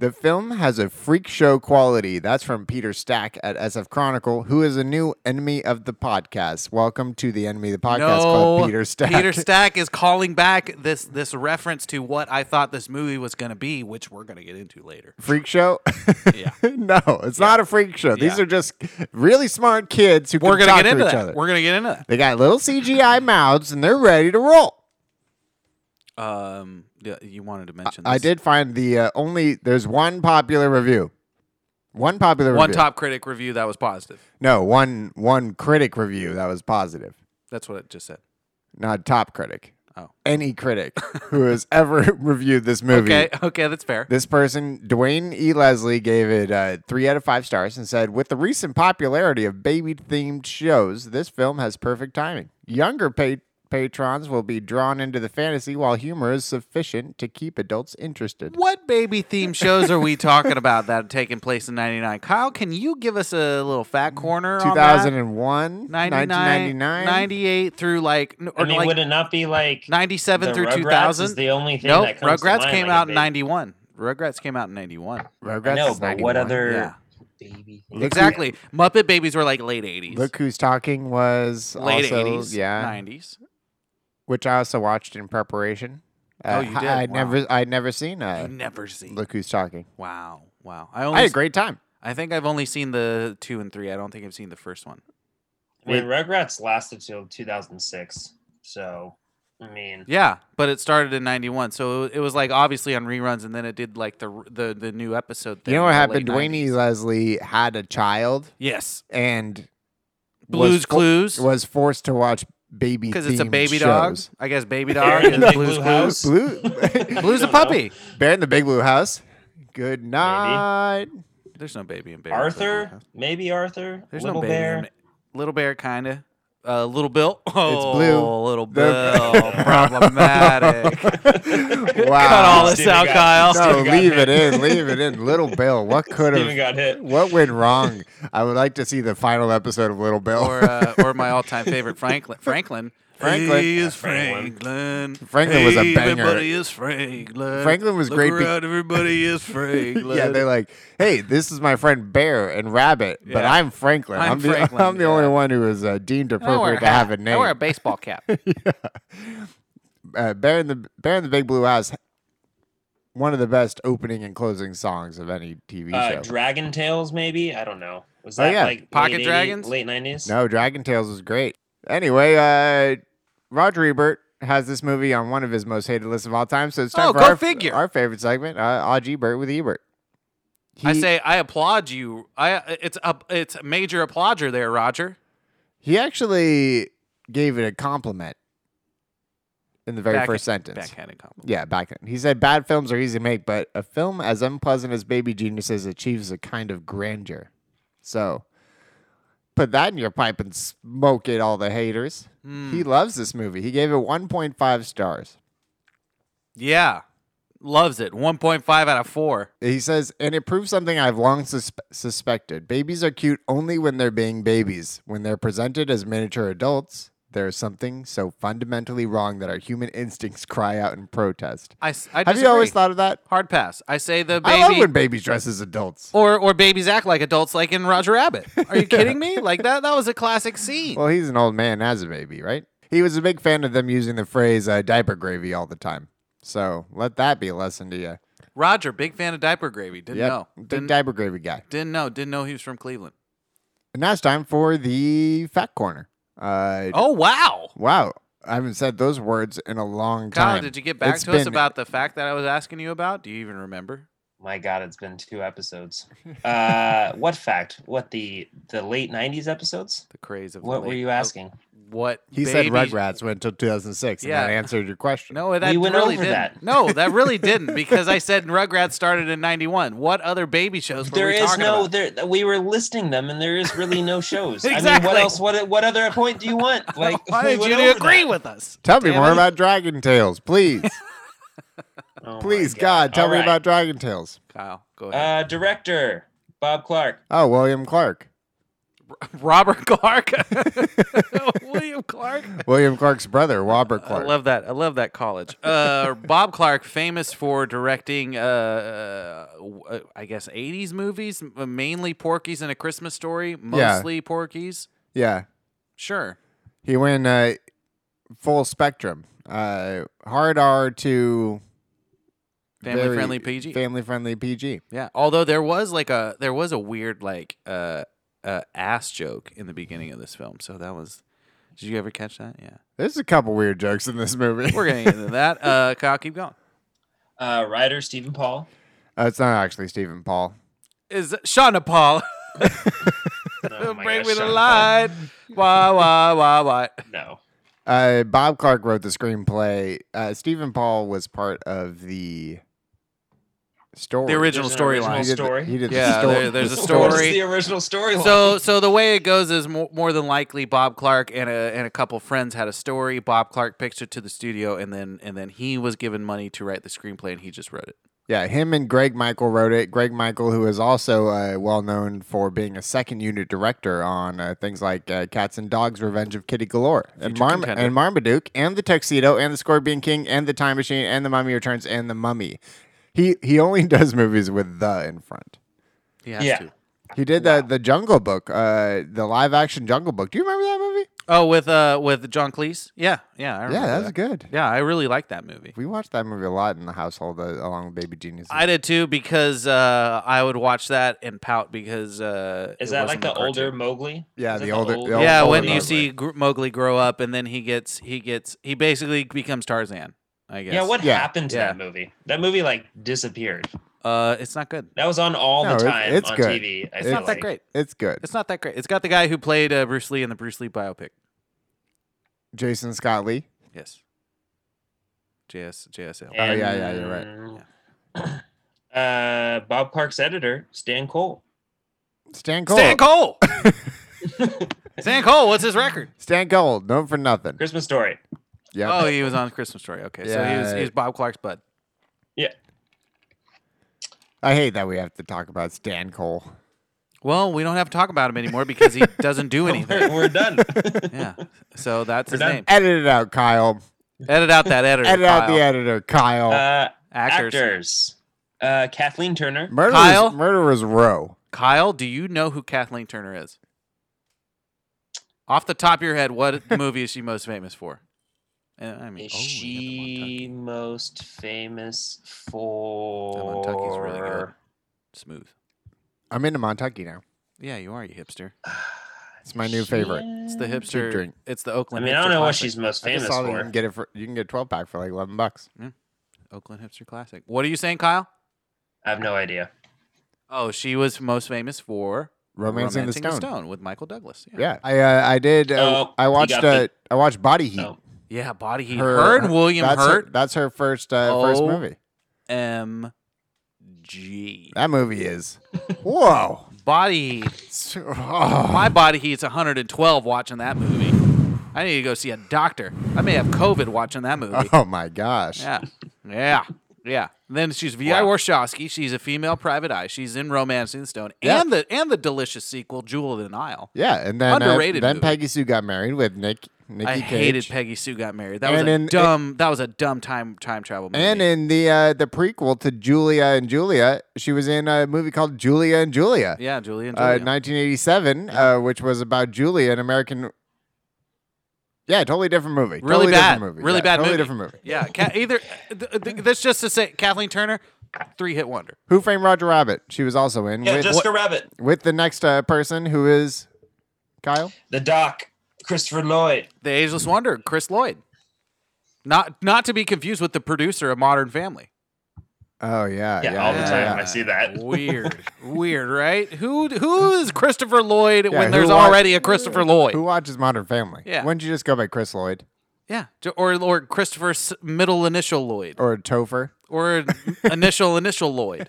S3: the film has a freak show quality. That's from Peter Stack at SF Chronicle, who is a new enemy of the podcast. Welcome to the enemy of the podcast
S4: no,
S3: club, Peter Stack. *laughs*
S4: Peter Stack is calling back this this reference to what I thought this movie was going to be, which we're going to get into later.
S3: freak show?
S4: Yeah.
S3: *laughs* no, it's not a freak show. These
S4: Yeah.
S3: are just really smart kids who
S4: We're
S3: can
S4: gonna
S3: talk
S4: get into
S3: to each
S4: that.
S3: other.
S4: We're gonna get into that.
S3: they got little
S4: *laughs*
S3: CGI mouths and they're ready to roll.
S4: Um, yeah, you wanted to mention. This.
S3: I did find the uh, only there's one popular review. One popular
S4: one
S3: review.
S4: top critic review that was positive.
S3: No, one one critic review that was positive.
S4: That's what it just said.
S3: not top critic.
S4: Oh.
S3: any
S4: *laughs*
S3: critic who has ever *laughs* reviewed this movie.
S4: Okay, *laughs* okay, that's fair.
S3: This person, Dwayne E. Leslie, gave it uh, three out of five stars and said, With the recent popularity of baby themed shows, this film has perfect timing. Younger pa- patrons will be drawn into the fantasy while humor is sufficient to keep adults interested.
S4: What baby theme shows are we talking about that have taken place in 99? Kyle, can you give us a little fat corner on that?
S3: 2001,
S4: 99,
S3: 1999.
S4: 98 through like, n- or
S1: I mean,
S4: like
S1: would it not be like
S4: 97
S1: the
S4: through
S1: Rugrats
S4: 2000?
S1: Is the only thing
S4: nope,
S1: that comes to
S4: Rugrats
S1: mind,
S4: came
S1: like a
S4: out in
S1: big-
S4: 91. Rugrats came out in 91.
S3: Rugrats
S1: I know,
S3: is
S1: but
S3: 91.
S1: what other
S4: yeah.
S1: baby?
S3: Look who-
S4: exactly. Muppet Babies were like late 80s.
S3: Look Who's Talking was
S4: late
S3: also,
S4: 80s,
S3: yeah,
S4: 90s.
S3: which I also watched in preparation.
S4: Oh, you
S3: hi-
S4: did?
S3: I'd
S4: Wow. Mm-hmm.
S3: never, I'd never seen uh,
S4: I've never seen.
S3: Look Who's Talking.
S4: Wow, wow. I only
S3: I had a great time.
S4: I think I've only seen the 2 and 3. I don't think I've seen the first one.
S1: I mean, Rugrats lasted till 2006. So, I mean,
S4: Yeah, but it started in '91, so it was like obviously on reruns, and then it did like the the, the new episode. Thing
S3: You know
S4: in
S3: what
S4: the
S3: happened? Dwayne
S4: late 90s.
S3: E. Leslie had a child
S4: Yes,
S3: and
S4: Blues
S3: was fo-
S4: Clues
S3: was forced to watch baby
S4: because it's a
S3: themed
S4: baby dog.
S3: shows.
S4: I guess
S1: *laughs*
S4: baby
S1: Bear
S4: dog
S1: in the
S4: is
S1: Big
S4: Blues
S1: Blue
S4: Clues.
S1: House.
S3: Blue
S4: *laughs* Blues a
S1: I don't know.
S4: puppy.
S3: Bear in the Big Blue House. Good night.
S4: There's no baby in baby. in Blue
S1: Arthur,
S4: House.
S1: maybe Arthur,
S4: There's no
S1: Little
S4: baby.
S1: Bear.
S4: In it. Little bear, kind of. Uh, little Bill. Oh,
S3: blue.
S4: Little
S3: The- *laughs*
S4: Bill. Problematic. Cut all
S3: wow.
S4: this
S1: Steven
S4: out,
S1: got-
S4: Kyle.
S3: No,
S1: Steven got
S3: leave it
S1: hit.
S3: in. Leave it in. Little Bill.
S4: *laughs*
S3: What could
S1: Steven
S3: have?
S1: got hit. uh,
S3: What went wrong? I would like to see the final episode of Little Bill.
S4: or
S3: *laughs*
S4: uh, or my all-time favorite Franklin. Franklin.
S3: Franklin.
S4: Hey, is
S1: Franklin.
S4: Franklin.
S3: Franklin was a
S4: Hey,
S3: banger.
S4: Everybody is Franklin.
S3: Franklin was great
S4: Look
S3: be-
S4: around, everybody
S3: *laughs*
S4: is Franklin.
S3: yeah, they're like, hey, this is my friend Bear and Rabbit, but
S4: Yeah.
S3: I'm Franklin.
S4: I'm
S3: the,
S4: Franklin,
S3: I'm the
S4: yeah.
S3: only one who is uh, deemed
S4: I wear
S3: appropriate to
S4: hat.
S3: have a
S4: I
S3: name.
S4: wear a baseball
S3: *laughs*
S4: cap.
S3: uh, Bear in the Bear in the Big Blue House, one of the best opening and closing songs of any TV
S1: Uh,
S3: show.
S1: Dragon Tales, maybe? I don't know. Was
S3: Oh,
S1: that
S3: yeah.
S1: like
S4: Pocket
S1: late 80s,
S4: Dragons?
S1: Late 90s?
S3: no, Dragon Tales was great. Anyway, uh, Roger Ebert has this movie on one of his most hated lists of all time, so it's time
S4: Oh,
S3: for
S4: go
S3: our,
S4: figure.
S3: our favorite segment, uh, Odd Ebert with Ebert.
S4: I
S3: He-
S4: say I applaud you. I it's a it's a major applauder there, Roger.
S3: He actually gave it a compliment in the very
S4: Back-
S3: first sentence.
S4: Backhanded compliment.
S3: Yeah, back then. He said bad films are easy to make, but a film as unpleasant as Baby Geniuses achieves a kind of grandeur. So put that in your pipe and smoke it, all the haters.
S4: Hmm.
S3: He loves this movie. He gave it 1.5 stars.
S4: Yeah, loves it. One point five out of four.
S3: He says, and it proves something I've long sus- suspected. Babies are cute only when they're being babies. When they're presented as miniature adults, there's something so fundamentally wrong that our human instincts cry out in protest.
S4: I, s- I
S3: Have you always
S4: disagree.
S3: thought of that?
S4: hard pass? I say the
S3: I love
S4: baby
S3: when babies dress as adults.
S4: or or babies act like adults, like in
S3: *laughs*
S4: Roger Rabbit. Are you kidding me? Like that that was a classic scene.
S3: Well, he's an old man as a baby, right? He was a big fan of them using the phrase uh, diaper gravy all the time. So let that be a lesson to you.
S4: Roger, big fan of diaper gravy. Didn't
S3: Yep.
S4: know.
S3: Big
S4: Didn't,
S3: diaper gravy guy.
S4: didn't know. Didn't know he was from Cleveland.
S3: And now it's time for the fat corner. Uh,
S4: Oh wow.
S3: Wow. I haven't said those words in a long time.
S4: Kyle, did you get back
S3: It's
S4: to us
S3: been-
S4: about the fact that I was asking you about? Do you even remember?
S1: My God, it's been
S4: *laughs*
S1: two episodes. Uh, what fact? What the the late 90s episodes?
S4: The craze of the
S1: What were
S4: late-
S1: you
S4: oh,
S1: asking?
S4: What
S3: He said
S4: baby-
S3: Rugrats went until 2006,
S4: Yeah.
S3: and that answered your question.
S4: No, that
S1: went
S4: really
S1: over
S4: didn't.
S1: that.
S4: No, that really
S1: *laughs*
S4: didn't because I said Rugrats started in '91. What other baby shows were
S1: There
S4: we
S1: is
S4: talking
S1: no
S4: about?
S1: there. We were listing them, and there is
S4: *laughs*
S1: really no shows. I mean, what
S4: Exactly.
S1: else? What what other point do you
S4: *laughs*
S1: want? Like,
S4: Why
S1: we *laughs*
S4: did
S1: went
S4: you
S1: over
S4: agree
S1: that.
S4: with us?
S3: Tell me
S4: Damn
S3: more
S4: it.
S3: about Dragon Tales,
S4: *laughs*
S3: please.
S1: Oh my
S3: please, God, tell
S1: All
S3: me
S1: right.
S3: about Dragon Tales.
S4: Kyle. Go ahead.
S1: Uh, director Bob Clark.
S3: Oh, William Clark.
S4: *laughs*
S3: *laughs*
S4: Robert Clark, William Clark.
S3: William Clark's brother, Robert Clark.
S4: *laughs* I love that. I love that college.
S3: *laughs*
S4: Uh, Bob Clark, famous for directing, uh, w- uh, I guess, 80s movies, m- uh, mainly Porky's and A Christmas Story, mostly Porky's.
S3: yeah.
S4: Sure.
S3: He went uh, full spectrum. Uh, hard R to
S4: Family
S3: very
S4: friendly PG.
S3: Family friendly PG.
S4: yeah. Although there was like a there was a weird like uh, uh ass joke in the beginning of this film. So that was Did you ever catch that? Yeah.
S3: There's a couple weird jokes in this movie.
S4: We're getting into that. Uh Kyle, keep going.
S1: Uh, writer Stephen *laughs* Paul.
S3: *laughs* Uh, it's not actually Stephen Paul.
S4: Is Shauna Paul
S1: Oh my
S4: break
S1: Oh gosh,
S4: with a
S1: Sean Paul. *laughs*
S4: light? Why why why why?
S1: No.
S3: Uh, Bob Clark wrote the screenplay. Uh, Stephen Paul was part of the story.
S4: The original
S1: There's an
S4: storyline.
S1: original
S3: He did the-
S1: story.
S3: He did
S4: Yeah,
S3: the story.
S4: there- there's a
S3: the
S1: What was
S4: story.
S1: the original storyline?
S4: So, so the way it goes is more, more than likely Bob Clark and a and a couple friends had a story. Bob Clark pitched it to the studio, and then and then he was given money to write the screenplay, and he just wrote it.
S3: Yeah, him and Greg Michael wrote it. Greg Michael, who is also uh, well known for being a second unit director on uh, things like uh, Cats and Dogs, Revenge of Kitty Galore, and,
S4: Future
S3: Marm-
S4: contender.
S3: and Marmaduke, and The Tuxedo, and The Scorpion King, and The Time Machine, and The Mummy Returns, and The Mummy. He he only *laughs* does movies with the in front.
S4: He has
S1: Yeah.
S4: to.
S3: He did the the Jungle Book, uh, the live action Jungle Book. Do you remember that movie?
S4: Oh, with uh with John Cleese. Yeah, yeah, I
S3: yeah,
S4: remember
S3: that was
S4: that.
S3: good.
S4: Yeah, I really like that movie.
S3: We watched that movie a lot in the household, uh, along with Baby Genius.
S4: I did too because uh, I would watch that and pout because uh,
S1: is
S4: it
S1: that like
S4: wasn't
S1: the
S4: cartoon.
S1: older Mowgli?
S3: Yeah,
S1: Is that
S3: the older-
S1: old-
S3: the old-
S4: yeah,
S3: older
S4: when you
S3: Mowgli.
S4: see Gr- Mowgli grow up and then he gets he gets he basically becomes Tarzan. I guess.
S1: Yeah, what
S3: Yeah,
S1: happened to
S4: yeah.
S1: that movie? That movie like disappeared.
S4: Uh, it's not good.
S1: That was on all
S3: No,
S1: the
S3: it's-
S1: time
S3: it's
S1: on
S3: good.
S1: TV. I
S3: It's
S4: It's
S1: feel
S4: not that
S1: like.
S4: great.
S3: it's good.
S4: It's not that great. It's got the guy who played uh, Bruce Lee in the Bruce Lee biopic.
S3: Jason Scott Lee.
S4: Yes. JS JSL.
S3: Oh, yeah, yeah, you're right.
S1: And, Uh, Bob Clark's editor, Stan Cole.
S3: Stan Cole. *laughs*
S4: Stan Cole. Stan Cole. What's his record?
S3: Stan Cole, known for nothing.
S1: Christmas Story.
S3: Yep.
S4: Oh, he was on Christmas Story. Okay, so he was he
S3: Yeah.
S4: was Bob Clark's bud.
S3: I hate that we have to talk about Stan Cole.
S4: Well, we don't have to talk about him anymore
S3: *laughs*
S4: because he doesn't do anything.
S1: *laughs* We're done.
S4: Yeah. So that's his
S1: done.
S4: name.
S3: Edit it out, Kyle.
S4: Edit
S3: *laughs*
S4: out that editor.
S3: Edit out the
S4: Kyle.
S3: editor, Kyle.
S1: uh,
S4: actors.
S1: actors. Uh, Kathleen Turner.
S3: murderers,
S4: Kyle?
S3: murderers row.
S4: Kyle, do you know who Kathleen Turner is? Off the top of your head, what
S1: *laughs*
S4: movie is she most famous for? Uh, I mean,
S1: Is
S4: oh, we
S1: she
S4: got
S1: most famous
S4: the
S1: for?
S4: Montucky. The Montucky's really good. Smooth.
S3: I'm into Montucky now.
S4: Yeah, you are, you hipster.
S3: It's my new favorite.
S4: It's the hipster.
S3: drink.
S4: It's the
S1: I
S4: Oakland.
S1: mean, I
S4: hipster
S1: don't know what
S4: classic.
S1: she's most
S3: I just
S1: famous
S3: saw that you
S1: for.
S3: can get it for you can get a 12 pack for like 11 bucks.
S4: Oakland hipster classic. What are you saying, Kyle?
S1: I have no idea.
S4: Oh, she was most famous for
S3: Romancing, the
S4: Romancing
S3: Stone.
S4: with Michael Douglas.
S3: Yeah, I uh, I did. Uh,
S1: Oh,
S3: I
S1: you
S3: watched
S1: got
S3: uh,
S1: the-
S3: I watched Body Heat.
S1: Oh.
S4: Yeah, Body Heat.
S3: Her-
S4: Heard
S3: her-
S4: William
S3: that's Her,
S4: Hurt.
S3: that's her first uh, first
S4: Oh.
S3: movie.
S4: M. G.
S3: That movie
S4: *laughs*
S3: is whoa.
S4: Body Heat.
S3: It's- oh.
S4: My body heat's 112 watching that movie. I need to go see a doctor. I may have COVID watching
S3: *laughs*
S4: that movie.
S3: Oh my gosh.
S4: Yeah. Yeah. Yeah. And then she's V.I. Warshawski. She's a female private eye. She's in Romancing the Stone
S3: Yeah.
S4: and the and the delicious sequel, Jewel of the Nile.
S3: Yeah, and then uh,
S4: Underrated
S3: then
S4: movie.
S3: Peggy Sue got married with Nick Nikki
S4: I
S3: Cage.
S4: hated Peggy Sue got married. That was
S3: And
S4: a
S3: in-
S4: dumb. that was a dumb time time travel movie.
S3: and in the uh, the prequel to Julia and Julia, she was in a movie called Julia and Julia,
S4: yeah, Julian.
S3: Uh, 1987, uh, which was about Julia, an American. Yeah, totally different movie.
S4: really
S3: totally
S4: bad.
S3: Different movie.
S4: Really
S3: Yeah,
S4: bad.
S3: Totally
S4: movie.
S3: different movie.
S4: Yeah. Ca- either. Th- th- that's just to say, Kathleen Turner, three hit wonder.
S3: Who Framed Roger Rabbit? She was also in
S1: Yeah,
S3: with,
S1: Jessica Rabbit,
S3: with the next uh, person who is Kyle.
S1: the Doc, Christopher Lloyd.
S4: The Ageless
S3: Hmm.
S4: Wonder, Chris Lloyd. Not not to be confused with the producer of Modern Family.
S3: Oh yeah,
S1: Yeah,
S3: yeah,
S1: all the
S3: yeah,
S1: time
S3: yeah.
S1: I see
S4: *laughs*
S1: that. *laughs*
S4: Weird. Weird, right? Who who is Christopher Lloyd when
S3: who
S4: there's
S3: wa-
S4: already a Christopher Lloyd?
S3: Who watches Modern Family?
S4: Yeah.
S3: Wouldn't you just go by Chris Lloyd
S4: Yeah. J- Or or Christopher S- middle initial Lloyd
S3: or Topher?
S4: or
S3: *laughs*
S4: initial initial Lloyd.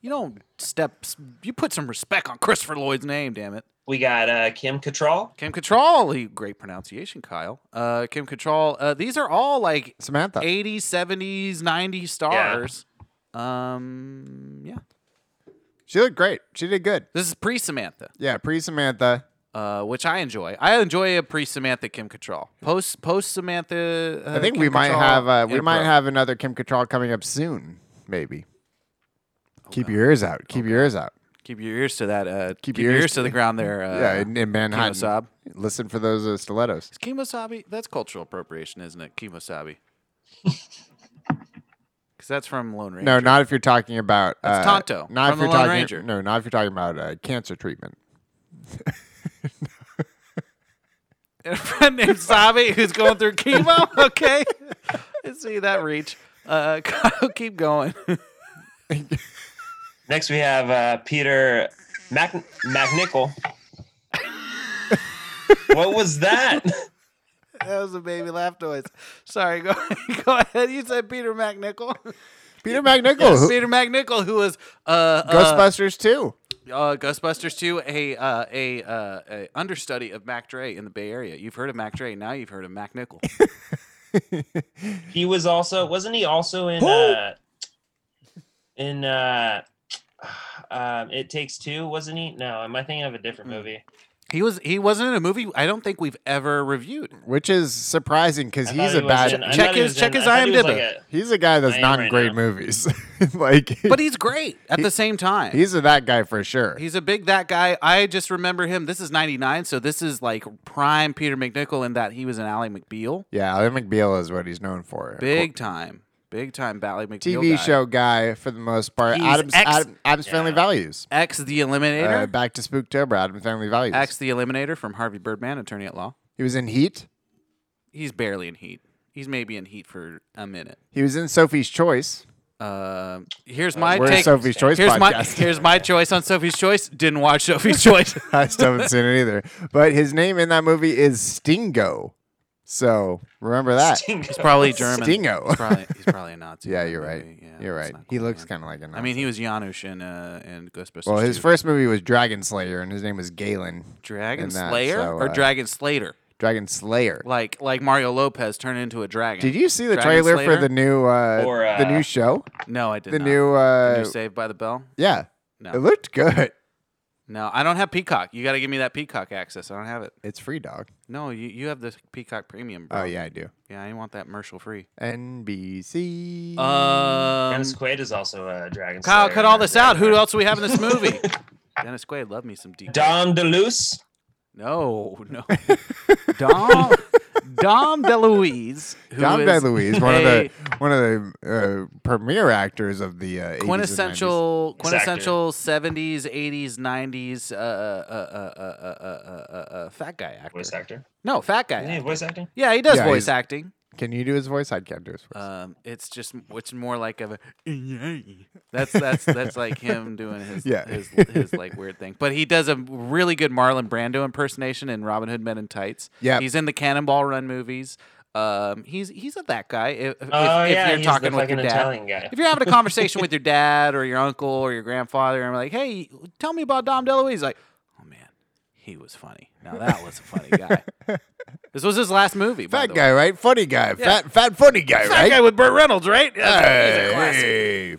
S4: You don't step s- you put some respect on Christopher Lloyd's name, damn it.
S1: We got uh, Kim Cattrall.
S4: Kim Cattrall, he- great pronunciation, Kyle. Uh, Kim Cattrall, uh, these are all like
S3: Samantha.
S4: 80s, 70s, 90s stars. Um, yeah.
S3: She looked great. She did good.
S4: This is pre Samantha,
S3: Yeah, pre Samantha.
S4: uh, which I enjoy. I enjoy a pre Samantha Kim Cattrall. Post post Samantha. Uh,
S3: I think
S4: Kim
S3: we might
S4: Cattrall,
S3: have uh, we
S4: inappropriate.
S3: might have another Kim Cattrall coming up soon, maybe. Keep your ears out. Keep your ears out.
S4: keep your ears to that. Uh, keep,
S3: Keep
S4: your
S3: your
S4: ears,
S3: ears
S4: to the ground there. Uh,
S3: *laughs* yeah, in, in Manhattan.
S4: Kemosabe.
S3: Listen for those uh, stilettos.
S4: Is Kemosabe? That's cultural appropriation, isn't it?
S3: *laughs*
S4: Kemosabe. Because that's from Lone Ranger.
S3: No, not if you're talking about uh,
S4: That's Tonto
S3: Not if
S4: from
S3: you're
S4: The Lone
S3: talking.
S4: Ranger.
S3: No, not if you're talking about uh, cancer treatment.
S4: and a *laughs* friend named Sabi who's going through chemo.
S3: *laughs*
S4: Okay, *laughs* I see that reach. Uh, *laughs* Kyle, keep going.
S1: Next, we have uh, Peter Mac *laughs* MacNichol. what was that?
S2: that was a baby laugh noise. Sorry,
S4: *laughs*
S2: go, go ahead. You said Peter
S3: *laughs*
S2: McNichol.
S3: Peter McNichol, who-
S4: Peter McNichol, who was uh, uh,
S3: Ghostbusters too.
S4: uh, Ghostbusters 2, a, uh, a, uh, a understudy of Mac Dre in the Bay Area. You've heard of Mac Dre, now you've heard of Mac Nickel.
S1: He was also wasn't he also in uh in uh um It Takes Two, wasn't he? No, am I thinking of a different movie?
S4: he was he wasn't in a movie I don't think we've ever reviewed.
S3: Which is surprising because
S1: I
S3: he's
S1: thought
S3: a
S1: he was
S3: bad.
S1: in- I
S4: check
S1: thought he
S4: his-
S1: was
S4: check
S1: in-
S4: his
S1: I thought he was like
S4: IMDb.
S1: a-
S3: *laughs* He's a guy that's
S1: I am
S3: not in
S1: right
S3: great
S1: now.
S3: movies. *laughs* like,
S4: But he's great at the same time.
S3: he's a that guy for sure.
S4: He's a big that guy. I just remember him. This is '99, so this is like prime Peter McNichol in that he was an Ally McBeal,
S3: yeah, Ally McBeal is what he's known for.
S4: big time, big time Ally McBeal.
S3: TV
S4: guy.
S3: show guy for the most part.
S4: He's
S3: Adam's,
S4: ex-
S3: Adam, Adam's Family Values.
S4: X the Eliminator.
S3: Uh, back to Spooktober, Adam's Family Values.
S4: X the Eliminator from Harvey Birdman, Attorney at Law.
S3: he was in Heat.
S4: He's barely in Heat. He's maybe in Heat for a minute.
S3: He was in Sophie's Choice. *laughs*
S4: Uh, here's my
S3: We're a
S4: take.
S3: Sophie's Choice
S4: here's my
S3: podcast.
S4: here's my choice on Sophie's Choice. Didn't
S3: *laughs*
S4: watch Sophie's Choice.
S3: I still haven't seen it either. But his name in that movie is Stingo. So remember that.
S4: He's probably German.
S3: Stingo.
S4: He's probably, he's probably a Nazi.
S3: yeah,
S4: in that
S3: you're right.
S4: movie. Yeah,
S3: you're
S4: it's
S3: right.
S4: not
S3: He
S4: cool,
S3: looks
S4: man.
S3: kind of like a Nazi.
S4: I mean, he was Janush in uh, in Ghostbusters.
S3: well, his
S4: 2.
S3: first movie was Dragon Slayer, and his name was Galen.
S4: Dragon
S3: in that,
S4: Slayer
S3: so,
S4: or
S3: uh,
S4: Dragon Slater,
S3: Dragon Slayer.
S4: like like Mario Lopez turned into a dragon.
S3: Did you see the
S4: Dragon
S3: trailer
S4: Slayer?
S3: for the new uh,
S1: Or,
S3: the
S1: uh,
S3: new show?
S4: No, I did
S3: The
S4: not.
S3: new
S4: The
S3: uh,
S4: new Saved by the Bell.
S3: yeah.
S4: No.
S3: It looked good.
S4: No, I don't have Peacock. You got to give me that Peacock access. I don't have it.
S3: It's free, dog.
S4: No, you, you have the Peacock Premium. Bro.
S3: Oh yeah, I do.
S4: yeah. I want that commercial free.
S3: NBC.
S4: Um,
S1: *laughs* Dennis Quaid is also a dragon.
S4: Kyle,
S1: slayer
S4: cut
S1: and
S4: all
S1: a
S4: this out. Who
S1: dragon.
S4: else do we have in this
S1: *laughs*
S4: movie? Dennis Quaid, love me some deep.
S1: Dom DeLuce.
S4: No, no. Dom Dom DeLuise. who
S3: Dom
S4: is
S3: DeLuise, one of
S4: a-
S3: the one of the uh, premier actors of the uh, 80s and 90s.
S4: quintessential
S1: This actor.
S4: quintessential 70s 80s 90s uh, uh, uh, uh, uh, uh, uh, uh, fat guy actor
S1: Voice actor.
S4: no fat guy
S1: Isn't he
S4: actor.
S1: voice acting?
S4: yeah he does
S3: Yeah,
S4: voice
S3: he's-
S4: acting
S3: Can you do his voice? I can't do his voice.
S4: um, it's just it's more like of a that's that's that's like him doing
S3: *laughs*
S4: his
S3: Yeah.
S4: his, his like weird thing but he does a really good marlon brando impersonation in robin hood men in tights
S3: Yep.
S4: he's in the cannonball run movies um, he's he's a that guy if, if,
S1: Oh
S4: if
S1: yeah,
S4: you're
S1: he's
S4: talking
S1: the
S4: with your
S1: fucking
S4: dad
S1: Italian guy.
S4: if you're having a conversation
S1: *laughs*
S4: with your dad or your uncle or your grandfather, and we're like, "Hey, tell me about Dom DeLuise," he's like, "Oh man, he was funny. Now that was a
S3: *laughs*
S4: funny guy. this was his last movie. by
S3: fat
S4: the
S3: guy,
S4: way.
S3: right? Funny guy.
S4: Yeah.
S3: Fat fat funny guy,
S4: Fat
S3: right?
S4: guy with Burt Reynolds, right? Yeah, that's right. He's a classic.
S3: Hey.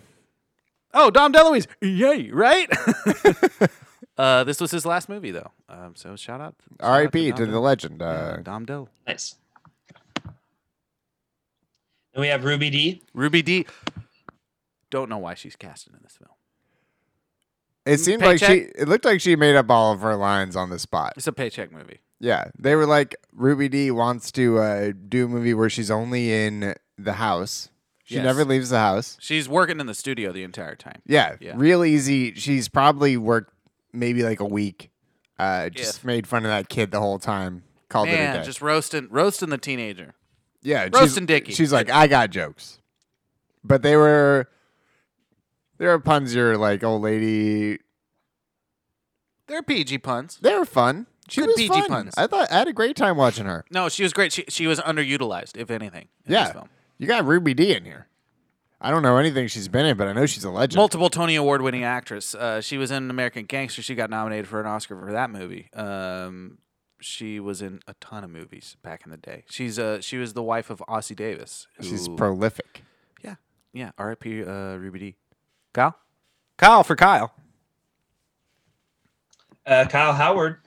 S4: Oh, Dom DeLuise, yay, right? *laughs* uh, this was his last movie, though. Um, so shout out, shout out
S3: R.I.P. to
S4: Dom
S3: the
S4: DeLuise.
S3: legend.
S4: Yeah,
S3: Uh,
S4: Dom Del.
S1: Nice. Then we have Ruby D.
S4: Ruby D. Don't know why she's casted in this film.
S3: It seemed like she.
S4: Paycheck?
S3: It looked like she made up all of her lines on the spot.
S4: It's a paycheck movie.
S3: Yeah, they were like Ruby D wants to uh, do a movie where she's only in the house. She
S4: Yes.
S3: never leaves the house.
S4: She's working in the studio the entire time.
S3: Yeah,
S4: Yeah.
S3: real easy. She's probably worked maybe like a week. Uh, just
S4: If.
S3: made fun of that kid the whole time. Called it a
S4: Man,
S3: day.
S4: just roasting, roasting the teenager.
S3: yeah, she's-
S4: roasting Dickie.
S3: She's like, I got jokes, but they were they were puns. Your like old lady.
S4: They're PG puns.
S3: They were fun. She
S4: Good
S3: was
S4: PG
S3: fun.
S4: puns.
S3: I thought I had a great time watching her.
S4: No, she was great. She she was underutilized, if anything. In
S3: Yeah.
S4: this film.
S3: You got Ruby D in here. I don't know anything she's been in, but I know she's a legend.
S4: multiple Tony Award winning actress. Uh, she was in American Gangster. She got nominated for an Oscar for that movie. Um, she was in a ton of movies back in the day. She's uh she was the wife of Ossie Davis.
S3: she's
S4: who-
S3: prolific.
S4: Yeah, yeah. R.I.P. Uh, Ruby D. Kyle, Kyle for Kyle.
S1: Uh, Kyle Howard.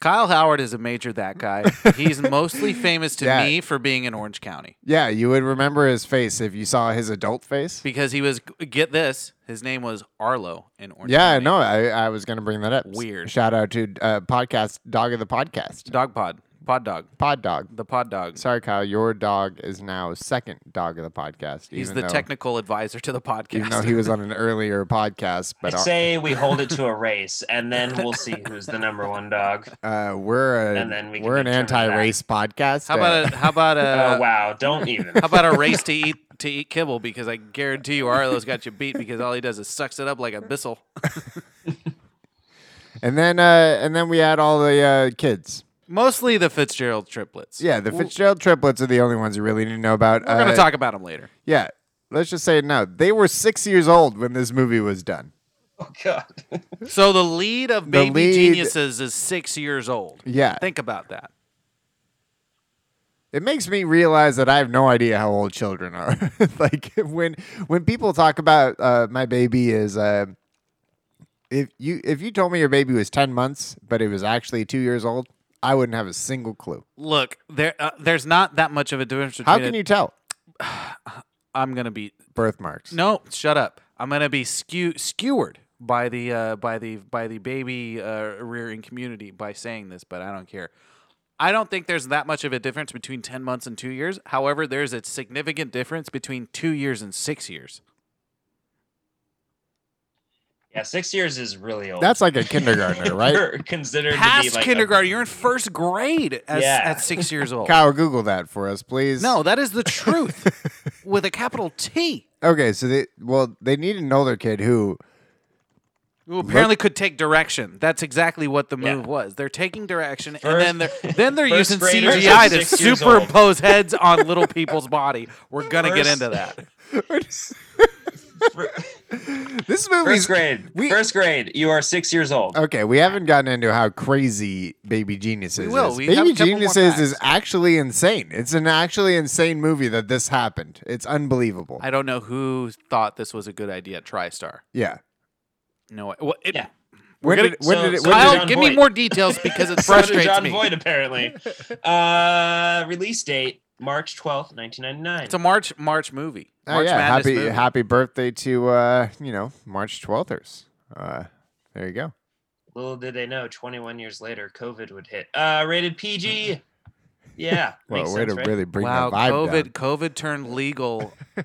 S4: Kyle Howard is a major
S3: *laughs*
S4: that guy. He's mostly famous to
S3: Yeah.
S4: me for being in Orange County.
S3: Yeah, you would remember his face if you saw his adult face.
S4: because he was get this his name was arlo in orange
S3: Yeah,
S4: County.
S3: no, I, I was going to bring that up. S-
S4: Weird.
S3: Shout out to uh, podcast dog of the podcast,
S4: dog pod pod dog
S3: pod dog.
S4: the pod dog
S3: Sorry, Kyle, your dog is now second dog of the podcast.
S4: he's
S3: even
S4: the
S3: though,
S4: technical advisor to the podcast
S3: Even though he was on an earlier podcast,
S1: I
S3: but
S1: say we hold
S4: *laughs*
S1: it to a race, and then we'll see who's the number one dog.
S3: uh, we're a,
S1: And then we can
S3: are an
S1: determine that.
S3: anti-race podcast. Uh,
S4: how about a
S3: *laughs*
S4: how about a
S1: Oh wow! Don't even.
S4: how about a race to eat to eat kibble because i guarantee you arlo's got you beat because all he does is sucks it up like a bissel
S3: and then uh, and then we had all the uh, kids.
S4: Mostly the Fitzgerald triplets.
S3: Yeah, the Fitzgerald triplets are the only ones you really need to know about.
S4: We're gonna
S3: Uh,
S4: talk about them later.
S3: Yeah, let's just say no. They were six years old when this movie was done.
S1: Oh God.
S4: So the lead of Baby
S3: lead-
S4: Geniuses is six years old.
S3: Yeah.
S4: Think about that.
S3: It makes me realize that I have no idea how old children are. *laughs* like when when people talk about uh, my baby is uh, if you if you told me your baby was ten months but it was actually two years old, I wouldn't have a single clue.
S4: Look, there, uh, there's not that much of a difference. Between
S3: How can
S4: it-
S3: you tell
S4: I'm gonna be
S3: birthmarks?
S4: no. Shut up. I'm gonna be skew, skewered by the uh, by the by the baby uh, rearing community by saying this, but I don't care. I don't think there's that much of a difference between ten months and two years. However, there's a significant difference between two years and six years.
S1: Yeah, six years is really old. *laughs*
S3: That's like a
S4: *laughs*
S3: kindergartner, right?
S1: You're considered to
S4: Past
S1: be like a-
S4: kindergarten, you're in first grade as,
S1: Yeah.
S4: at six
S1: *laughs*
S4: years old.
S3: Kyle, Google that for us, please.
S4: No, that is the truth with a capital T.
S3: Okay, so they well they need an older kid who
S4: Who apparently could take direction. That's exactly what the
S1: Yeah.
S4: move was. They're taking direction,
S1: First-
S4: and then they're then they're
S1: first
S4: using
S1: graders
S4: CGI
S1: at
S4: to
S1: six years
S4: superimpose heads on little people's body. We're gonna get
S1: First-
S4: into that.
S3: this movie's
S1: First grade.
S3: We-
S1: First grade. You are six years
S4: Uh,
S1: old.
S3: Okay, we haven't gotten into how crazy Baby Geniuses
S4: We will.
S3: is.
S4: We have
S3: Baby
S4: a couple more
S3: Geniuses is
S4: facts.
S3: actually insane. It's an actually insane movie that this happened. It's unbelievable.
S4: I don't know who thought this was a good idea. TriStar.
S3: yeah.
S4: No, well, it,
S1: Yeah.
S3: When
S4: gonna-
S3: did, when
S1: so-
S3: did it,
S1: so
S3: when did
S1: I'll-
S3: it-
S4: Kyle,
S1: John
S4: give me
S1: Voight.
S4: more details
S1: *laughs*
S4: because it
S1: So did
S4: frustrates
S1: John
S4: me. *laughs*
S1: Voight apparently. Uh, release date March twelfth, nineteen ninety nine.
S4: It's a March March movie.
S3: oh,
S4: March
S3: yeah,
S4: Madness
S3: happy
S4: movie.
S3: happy birthday to uh, you know, March 12thers. Uh, there you go.
S1: Little did they know, twenty one years later, COVID would hit. Uh, rated
S4: *laughs*
S1: PG. Yeah.
S3: *laughs* Well,
S1: makes
S3: way
S1: sense,
S3: to
S1: right?
S3: really bring
S4: wow,
S3: the vibe
S4: COVID
S3: down.
S4: COVID turned legal *laughs*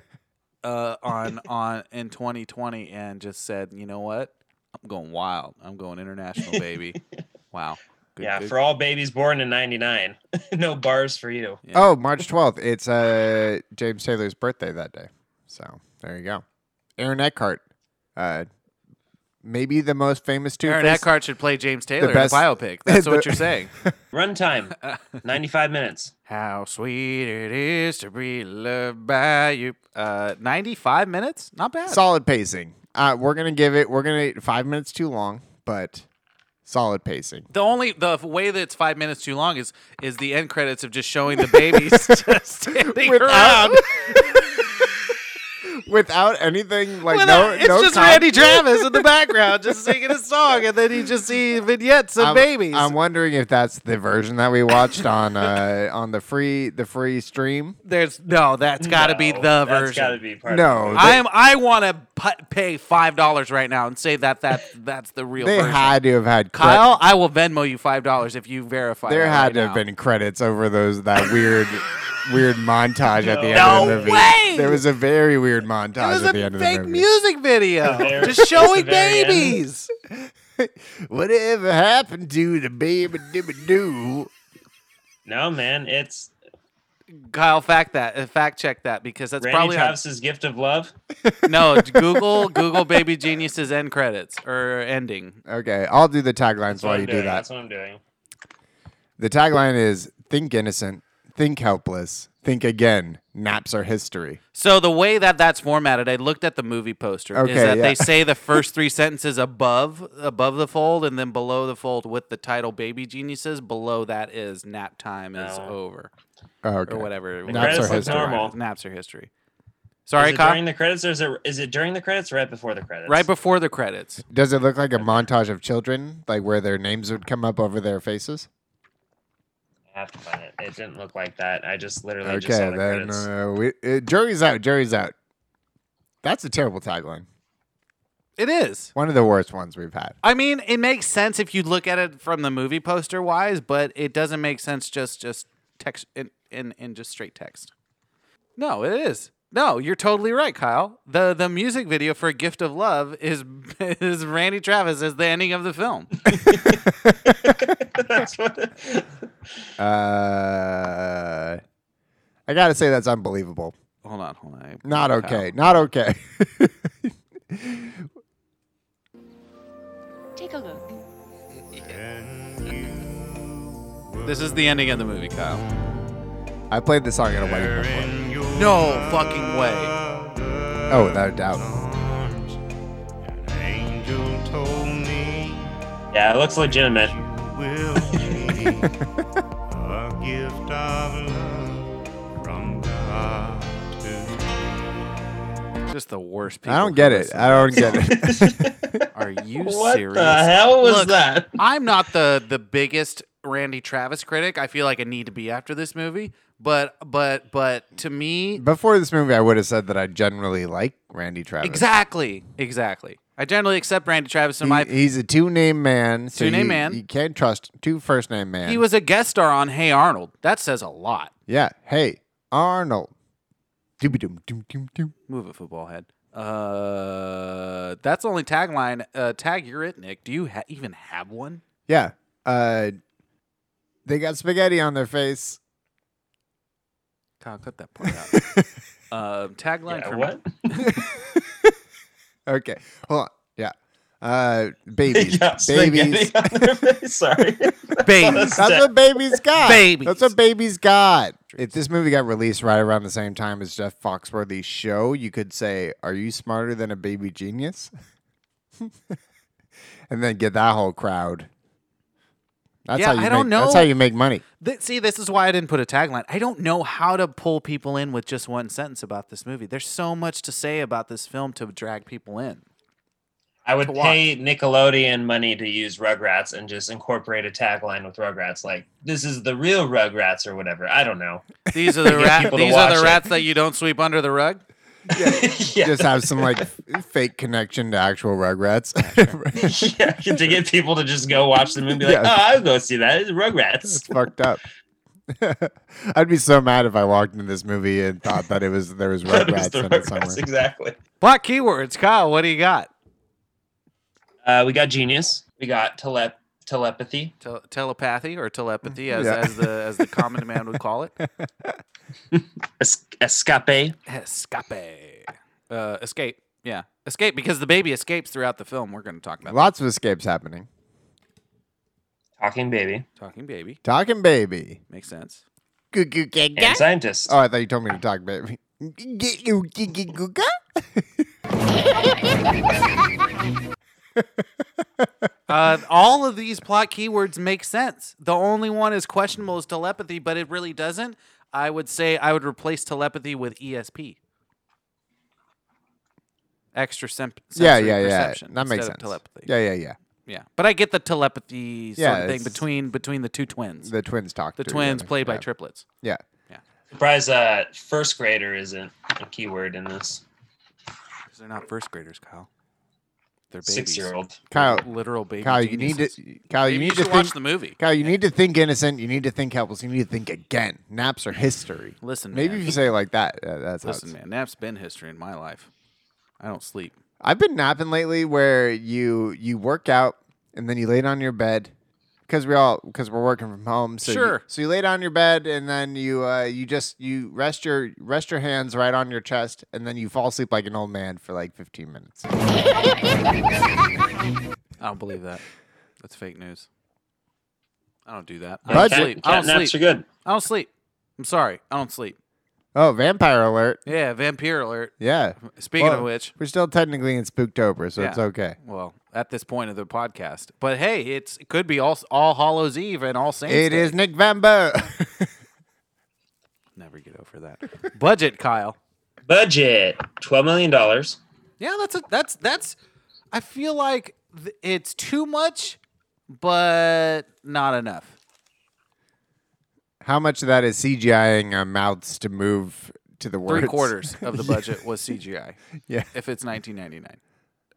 S4: uh, on on in 2020 and just said, you know what? I'm going wild. I'm going international,
S3: *laughs*
S4: baby. wow. Good,
S1: yeah,
S4: good.
S1: for all babies born in ninety nine. *laughs* no bars for you.
S4: Yeah.
S3: Oh, March 12th. It's uh James Taylor's birthday that day. So, there you go. Aaron Eckhart. Uh maybe the most famous two
S4: Aaron Eckhart should play James Taylor
S3: best-
S4: in
S3: *laughs*
S4: a biopic. That's
S3: the-
S4: what you're saying. *laughs*
S1: Runtime ninety five minutes.
S4: How sweet it is to be loved by you. Uh, 95 minutes? Not bad.
S3: solid pacing. Uh, we're gonna give it. We're gonna five minutes too long, but solid pacing.
S4: the only the way that it's five minutes too long is is the end credits of just showing the babies *laughs* just standing around.
S3: Without anything like
S4: Well,
S3: no,
S4: it's
S3: no
S4: just
S3: con-
S4: Randy Travis *laughs* in the background just singing a song, and then you just see vignettes of
S3: I'm,
S4: babies.
S3: I'm wondering if that's the version that we watched on uh, on the free the free stream.
S4: There's no, that's got to be
S1: No,
S4: the
S1: That's
S4: version.
S1: got to be part. Of
S3: No,
S4: I am. I want to pu- pay five dollars right now and say that that that's the real
S3: they, they
S4: version.
S3: had to have had cre-
S4: Kyle, I will Venmo you five dollars if you verify.
S3: There
S4: that
S3: had
S4: right
S3: to have
S4: now.
S3: been credits over those that
S4: *laughs*
S3: weird weird montage at the end of the
S4: No
S3: movie.
S4: way!
S3: There was a very weird
S4: It
S3: montage
S4: was
S3: at the end
S4: a
S3: of the
S4: fake
S3: movie.
S4: music video,
S1: There-
S4: just showing
S1: just the very end.
S4: babies.
S3: Whatever happened to the baby dibba doo?
S1: No, man, it's
S4: Kyle, fact that uh, fact check that because that's
S1: Randy
S4: probably on-
S1: Travis's gift of love.
S4: *laughs* no Google Google Baby Geniuses end credits or ending.
S3: Okay, I'll do the taglines
S1: That's what
S3: while
S1: I'm
S3: you
S1: doing.
S3: do that.
S1: That's what I'm doing.
S3: The tagline is think innocent, think helpless, think again. Naps are history.
S4: So the way that that's formatted, I looked at the movie poster.
S3: Okay,
S4: is that
S3: yeah.
S4: they
S3: *laughs*
S4: say the first three sentences above above the fold, and then below the fold with the title "Baby Geniuses." Below that is "Nap Time is
S1: No.
S4: Over"
S3: Oh, okay.
S4: or whatever.
S1: The
S3: Naps
S1: credits
S3: are
S1: look
S3: history.
S1: normal.
S4: Naps are history.
S1: is
S4: Sorry,
S1: it
S4: Kyle.
S1: during the credits or is it, is it during the credits or right before the credits?
S4: right before the credits.
S3: Does it look like a montage of children, like where their names would come up over their faces?
S1: I have to find it. It didn't look like that. I just literally just saw
S3: Okay,
S1: the
S3: then
S1: credits.
S3: uh, we, uh, jury's out. Jury's out. That's a terrible tagline.
S4: It is.
S3: One of the worst ones we've had.
S4: I mean, it makes sense if you look at it from the movie poster wise, but it doesn't make sense just just text in in, in just straight text. No, it is. No, you're totally right, Kyle. the The music video for "Gift of Love" is *laughs* is Randy Travis as the ending of the film.
S1: *laughs*
S4: *laughs*
S1: That's what.
S3: Uh, I gotta say that's unbelievable.
S4: hold on, hold on.
S3: Not
S4: Kyle.
S3: okay. Not okay. *laughs*
S10: Take a look.
S4: This is the ending of the movie, Kyle.
S3: I played this song at a wedding before.
S4: No fucking way.
S3: Oh, without a doubt.
S1: Yeah, it looks legitimate.
S4: Just the worst people.
S3: I don't
S4: who
S3: get it.
S4: listen.
S3: I don't get it.
S4: Are you
S1: *laughs* what
S4: serious?
S1: the hell was
S4: Look,
S1: that?
S4: I'm not the the biggest Randy Travis critic. I feel like I need to be after this movie, but but but to me,
S3: *laughs* Before this movie, I would have said that I generally like Randy Travis.
S4: exactly, exactly. I generally accept Randy Travis
S3: He-
S4: in my.
S3: he's a two name man. so
S4: Two-name
S3: you-
S4: man.
S3: You can't trust two first name man.
S4: He was a guest star on Hey Arnold. That says a lot.
S3: Yeah. Hey, Arnold. Doobie-doom, doom, doom, doom.
S4: Move it, football head. Uh, that's the only tagline. Uh, tag you're it, Nick. Do you ha- even have one?
S3: Yeah. Uh, they got spaghetti on their face.
S4: Kyle, cut that part out. uh, tagline
S1: Yeah,
S4: for
S1: what?
S3: Okay. Hold on. Yeah. Uh,
S1: *laughs*
S3: babies.
S1: yeah,
S3: babies.
S1: spaghetti on their face. Sorry.
S4: *laughs*
S1: *laughs*
S3: *laughs*
S4: babies.
S3: That's what babies got.
S4: Babies.
S3: That's what babies got. If this movie got released right around the same time as Jeff Foxworthy's show, you could say, "Are you smarter than a baby genius?" *laughs* and then get that whole crowd. That's
S4: Yeah,
S3: how you
S4: I don't
S3: make- That's
S4: know.
S3: how you make money.
S4: Th- see, this is why I didn't put a tagline. I don't know how to pull people in with just one sentence about this movie. There's so much to say about this film to drag people in.
S1: I would
S4: To watch.
S1: pay Nickelodeon money to use Rugrats and just incorporate a tagline with Rugrats, like "This is the real Rugrats" or whatever. I don't know.
S4: *laughs*
S1: *laughs*
S4: These *laughs* are the
S1: Get
S4: rats.
S1: people to
S4: These are
S1: watch
S4: the
S1: it.
S4: rats that you don't sweep under the rug.
S1: yeah,
S3: Just have some like *laughs* f- fake connection to actual Rugrats. *laughs*
S1: yeah, to get people to just go watch the movie, like,
S3: Yeah.
S1: "Oh, I'll go see that. It's
S3: It's
S1: Rugrats."
S3: fucked up. I'd be so mad if I walked into this movie and thought that it was there
S4: *laughs*
S3: was
S1: That was
S3: *laughs* Rugrats
S1: *laughs* the
S3: in it somewhere.
S1: Rugrats exactly.
S4: Black keywords, Kyle. What do you got?
S1: Uh, we got genius. We got tele- telepathy.
S4: Tel telepathy or telepathy, as,
S3: Yeah.
S4: as the as the common man would call it.
S1: Es- escape.
S4: Escape. Uh, escape. Yeah, escape because the baby escapes throughout the film. We're going to talk about
S3: Lots of escapes happening.
S1: Talking baby.
S4: that. talking baby.
S3: Talking baby.
S4: Makes sense.
S3: Goo goo ga,
S1: And
S3: ga.
S1: scientist.
S3: Oh, I thought you told me to talk baby. Goo goo goo goo goo ga.
S4: Uh, all of these plot keywords make sense. The only one is questionable is telepathy, but it really doesn't. I would say I would replace telepathy with E ESP. Extra semp-
S3: Yeah,
S4: sensory
S3: yeah, yeah.
S4: perception
S3: That makes
S4: instead of
S3: sense.
S4: telepathy.
S3: Yeah, yeah, yeah.
S4: yeah. But I get the telepathy sort
S3: Yeah,
S4: of thing
S3: it's-
S4: between between the two twins. The,
S3: The twins talk. to each
S4: twins
S3: other.
S4: played by
S3: Yeah.
S4: triplets.
S3: Yeah.
S1: Surprise! Uh, first grader isn't a keyword in this.
S4: 'Cause they're not first graders, Kyle. They're babies.
S1: Six-year-old.
S3: Kyle,
S4: Literal baby.
S3: Kyle, you need to.
S4: geniuses.
S3: Kyle,
S4: Maybe
S3: you
S4: you,
S3: need to
S4: should watch
S3: think.
S4: the movie.
S3: Kyle, you need to think innocent. You need to think helpless. You need to think again. Naps are history.
S4: Listen,
S3: Maybe
S4: man.
S3: if you say it like that, uh, that's how
S4: Listen,
S3: it's-
S4: man, nap's been history in my life. I don't sleep.
S3: I've been napping lately where you you work out and then you lay down your bed because we all because we're working from home. So you-
S4: Sure.
S3: so you lay down your bed and then you uh, you just you rest your rest your hands right on your chest and then you fall asleep like an old man for like 15 minutes.
S4: I don't believe that. That's fake news. I don't do that. I don't
S3: Budget-
S4: sleep. I
S1: Cat, cat
S4: don't
S1: naps are
S4: sleep.
S1: good.
S4: I don't sleep. I'm sorry. I don't sleep.
S3: Oh, vampire alert!
S4: Yeah, vampire alert.
S3: Yeah.
S4: Speaking of
S3: Well,
S4: which,
S3: we're still technically in Spooktober, so it's
S4: Yeah.
S3: okay.
S4: well, at this point of the podcast, but hey, it's it could be all All Hallows Eve and All Saints.
S3: It
S4: Day.
S3: is Nick Vambo. *laughs*
S4: Never get over that. *laughs* Budget, Kyle.
S1: Budget twelve million dollars.
S4: Yeah, that's a, that's that's. I feel like th- it's too much, but not enough.
S3: How much of that is CGIing our uh, mouths to move to the words?
S4: Three quarters
S3: *laughs*
S4: of the budget was CGI.
S3: Yeah.
S4: If it's 1999.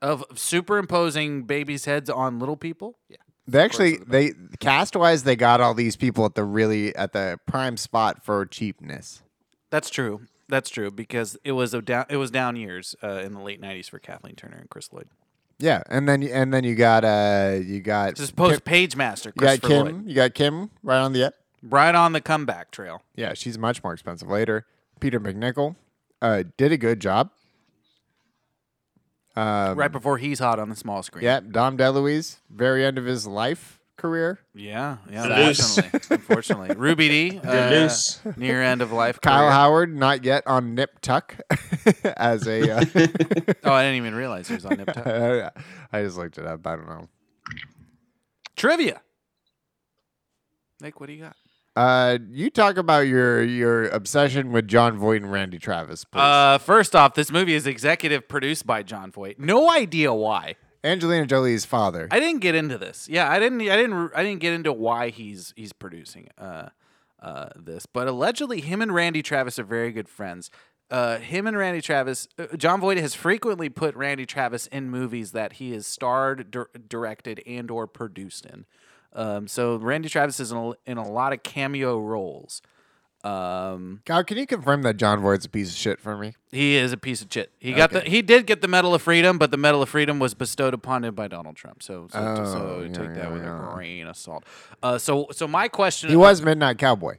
S4: Of superimposing babies' heads on little people. Yeah.
S3: They actually they cast wise they got all these people at the really at the prime spot for cheapness.
S4: That's true. That's true because it was a down it was down years uh, in the late 90s for Kathleen Turner and Chris Lloyd.
S3: Yeah, and then and then you got uh you got
S4: Just post
S3: Kim,
S4: Pagemaster
S3: you got
S4: Christopher
S3: Kim
S4: Lloyd.
S3: you got Kim right on the up.
S4: Right on the comeback trail.
S3: Yeah, she's much more expensive later. Peter McNichol uh did a good job. Um,
S4: right before he's hot on the small screen.
S3: Yeah, Dom DeLuise, very end of his life. career.
S4: Yeah, yeah.
S1: Duluth.
S4: Unfortunately,
S3: *laughs*
S4: unfortunately, Ruby D. uh,
S1: Duluth.
S4: near end of life.
S3: Kyle
S4: career.
S3: Howard not yet on Nip Tuck *laughs* as a. Uh,
S4: Oh, I didn't even realize he was on
S3: *laughs*
S4: Nip Tuck. *laughs*
S3: I I just looked it up. I don't know.
S4: Trivia. Nick, what do you got?
S3: Uh, you talk about your your obsession with John Voight and Randy Travis, please.
S4: Uh, first off, this movie is executive produced by John Voight. No idea why.
S3: Angelina Jolie's father.
S4: I didn't get into this. Yeah, I didn't. I didn't. I didn't get into why he's he's producing uh, uh, this. But allegedly, him and Randy Travis are very good friends. Uh, him and Randy Travis, uh, John Voight has frequently put Randy Travis in movies that he has starred, dir- directed, and or produced in. Um, so Randy Travis is in a, in a lot of cameo roles. Um,
S3: Kyle, can you confirm that John Voight's a piece of shit for me?
S4: he is a piece of shit. He got the
S3: Okay.
S4: he did get the Medal of Freedom, but the Medal of Freedom was bestowed upon him by Donald Trump. So so, so
S3: Oh, yeah,
S4: take that
S3: yeah,
S4: with
S3: yeah.
S4: a grain of salt. Uh, so so my question
S3: He was Midnight Cowboy,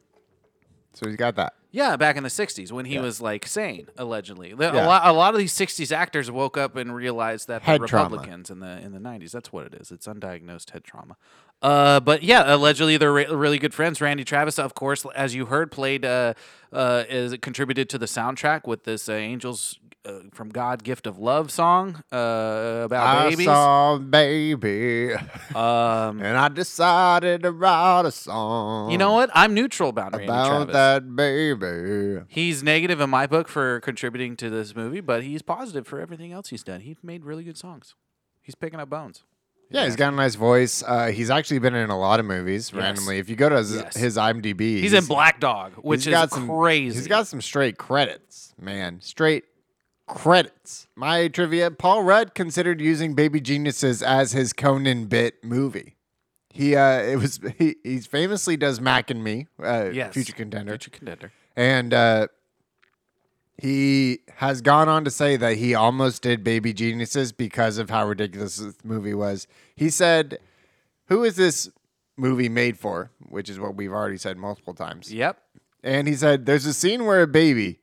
S3: so he's got that.
S4: yeah back in the '60s when he was like sane allegedly. A
S3: Yeah.
S4: lot a lot of these '60s actors woke up and realized that the
S3: Head trauma.
S4: Republicans in the in the '90s that's what it is. It's undiagnosed head trauma. Uh, but yeah, allegedly they're re- really good friends. Randy Travis, of course, as you heard, played uh, uh, is contributed to the soundtrack with this uh, "Angels uh, from God, Gift of Love" song uh, about
S3: I
S4: babies.
S3: saw a baby,
S4: Um,
S3: and I decided to write a song.
S4: you know what? I'm neutral about Randy
S3: about
S4: Travis.
S3: that baby.
S4: He's negative in my book for contributing to this movie, but he's positive for everything else he's done. He's made really good songs. He's picking up bones.
S3: Yeah, he's got a nice voice. Uh, he's actually been in a lot of movies
S4: Yes.
S3: randomly. If you go to his,
S4: Yes.
S3: his IMDb,
S4: He's, in Black Dog, which
S3: he's
S4: is
S3: got some-
S4: crazy.
S3: He's got some straight credits, man. Straight credits. My trivia: Paul Rudd considered using Baby Geniuses as his Conan bit movie. He uh, it was *laughs* he he's famously does Mac and Me, uh,
S4: Yes.
S3: future contender,
S4: Future contender.
S3: and uh, he has gone on to say that he almost did Baby Geniuses because of how ridiculous this movie was. He said, "Who is this movie made for?" Which is what we've already said multiple times. *laughs*
S4: Yep.
S3: And he said, There's a scene where a baby,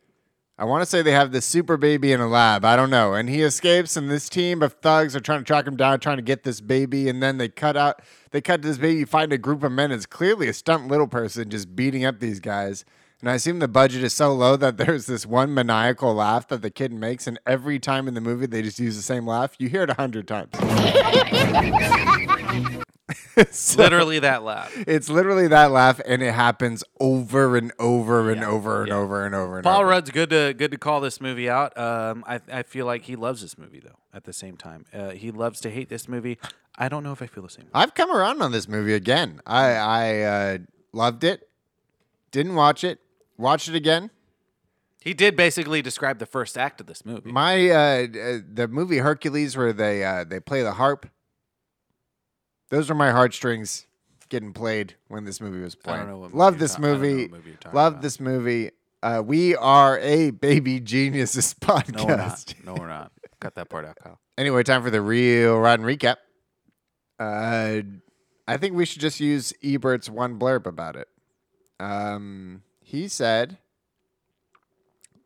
S3: I want to say they have this super baby in a lab. I don't know. And he escapes, and this team of thugs are trying to track him down, trying to get this baby. And then they cut out, they cut to this baby, find a group of men. It's clearly a stunt little person just beating up these guys. And I assume the budget is so low that *laughs* there's this one maniacal laugh that the kid makes. And every time in the movie, they just use the same laugh. You hear it a hundred times. *laughs* So-
S4: Literally that loud.
S3: it's literally that laugh, and it happens over and over and
S4: Yeah,
S3: over and
S4: yeah.
S3: over and over and
S4: Paul
S3: over.
S4: Rudd's good to good to call this movie out. Um, I I feel like he loves this movie though. At the same time, uh, he loves to hate this movie. I don't know if I feel the same. way.
S3: I've come around on this movie again. I
S4: Mm.
S3: I uh, loved it. Didn't watch it. Watched it again.
S4: He did basically describe the first act of this movie.
S3: My uh, d- uh, the movie Hercules where they uh, they play the harp. Those were my heartstrings getting played when this movie was
S4: I
S3: playing.
S4: don't know what movie
S3: Love
S4: you're
S3: this
S4: ta- I don't know
S3: movie.
S4: what movie you're talking
S3: Love
S4: about.
S3: this movie. Uh, we are a baby geniuses podcast.
S4: no, we're not. No, we're not. Got that part out,
S3: *laughs*
S4: Kyle.
S3: Anyway, time for the real rod and recap. Uh, I think we should just use Ebert's one blurb about it. Um, he said,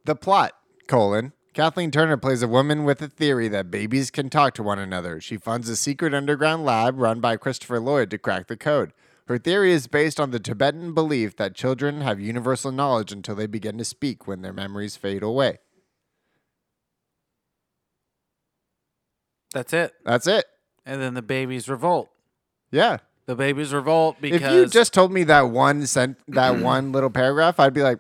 S3: "The plot: colon Kathleen Turner plays a woman with a theory that babies can talk to one another. She funds a secret underground lab run by Christopher Lloyd to crack the code. Her theory is based on the Tibetan belief that children have universal knowledge until they begin to speak when their memories fade away."
S4: That's it.
S3: That's it.
S4: And then the babies revolt.
S3: Yeah.
S4: The babies revolt because
S3: if you just told me that one sent
S4: *clears throat*
S3: that one little paragraph, I'd be like,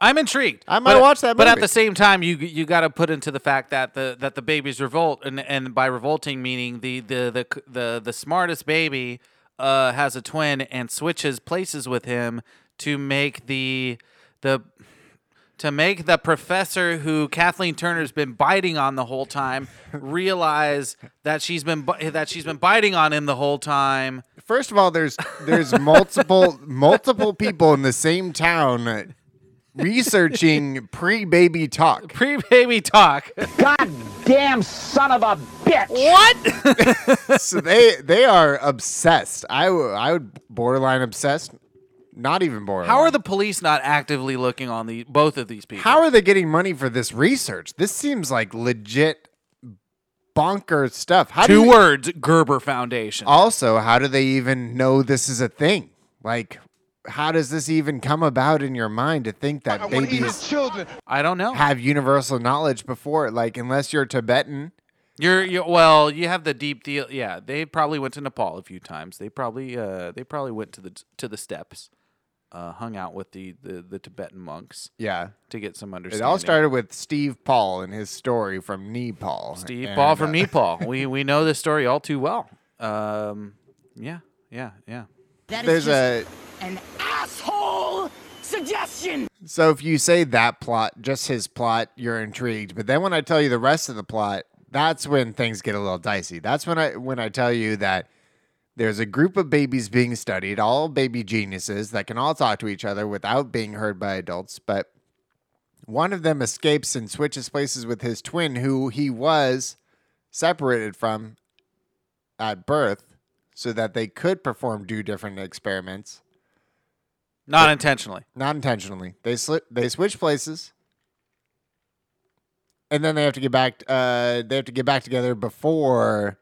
S4: I'm intrigued.
S3: I might
S4: But-
S3: watch that
S4: But at
S3: movie.
S4: the same time, you you got to put into the fact that the that the babies revolt, and and by revolting meaning the the the the, the smartest baby uh, has a twin and switches places with him to make the the to make the professor who Kathleen Turner's been biting on the
S3: *laughs*
S4: whole time realize that she's been bi- that she's been biting on him the
S3: *laughs*
S4: whole time.
S3: first of all, there's there's multiple multiple people in the same town researching pre-baby talk.
S4: Pre-baby talk.
S6: Damn son of a bitch!
S3: So they they are obsessed. I w- I would borderline obsessed, not even borderline.
S4: How are the police not actively looking on the both of these people?
S3: How are they getting money for this research? This seems like legit bonkers stuff. How do Uh,
S4: Two
S3: you,
S4: words: Gerber Foundation.
S3: Also, how do they even know this is a thing? Like, how does this even come about in your mind to think that babies
S9: children.
S4: I don't know.
S3: have universal knowledge before? Like, unless you're Tibetan,
S4: You're, you're well. You have the deep deal. Yeah, they probably went to Nepal a few times. They probably uh, they probably went to the to the steppes, uh, hung out with the, the the Tibetan monks
S3: yeah.
S4: to get some
S3: It
S4: understanding.
S3: all started with Steve Paul and his story from Nepal.
S4: Steve
S3: And,
S4: Paul from
S3: uh, *laughs*
S4: Nepal. we we know this story all too well. Um, yeah, yeah, yeah.
S3: There's a
S5: An asshole suggestion!
S3: So if you say that plot, just his plot, you're intrigued. But then when I tell you the rest of the plot, that's when things get a little dicey. That's when I when I tell you that there's a group of babies being studied, all baby geniuses that can all talk to each other without being heard by adults, but one of them escapes and switches places with his twin who he was separated from at birth so that they could perform do different experiments
S4: Not intentionally.
S3: not intentionally. They slip. They switch places, and then they have to get back. Uh, they have to get back together before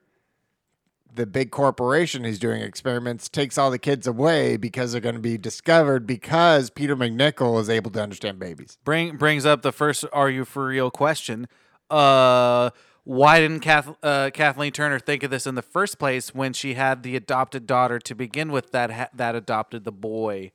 S3: the big corporation who's doing experiments takes all the kids away because they're going to be discovered because Peter McNichol is able to understand babies. *laughs*
S4: Bring brings up the first "Are you for real?" question. Uh, why didn't Kath, uh, Kathleen Turner think of this in the first place when she had the adopted daughter to begin with? That ha- that adopted the boy.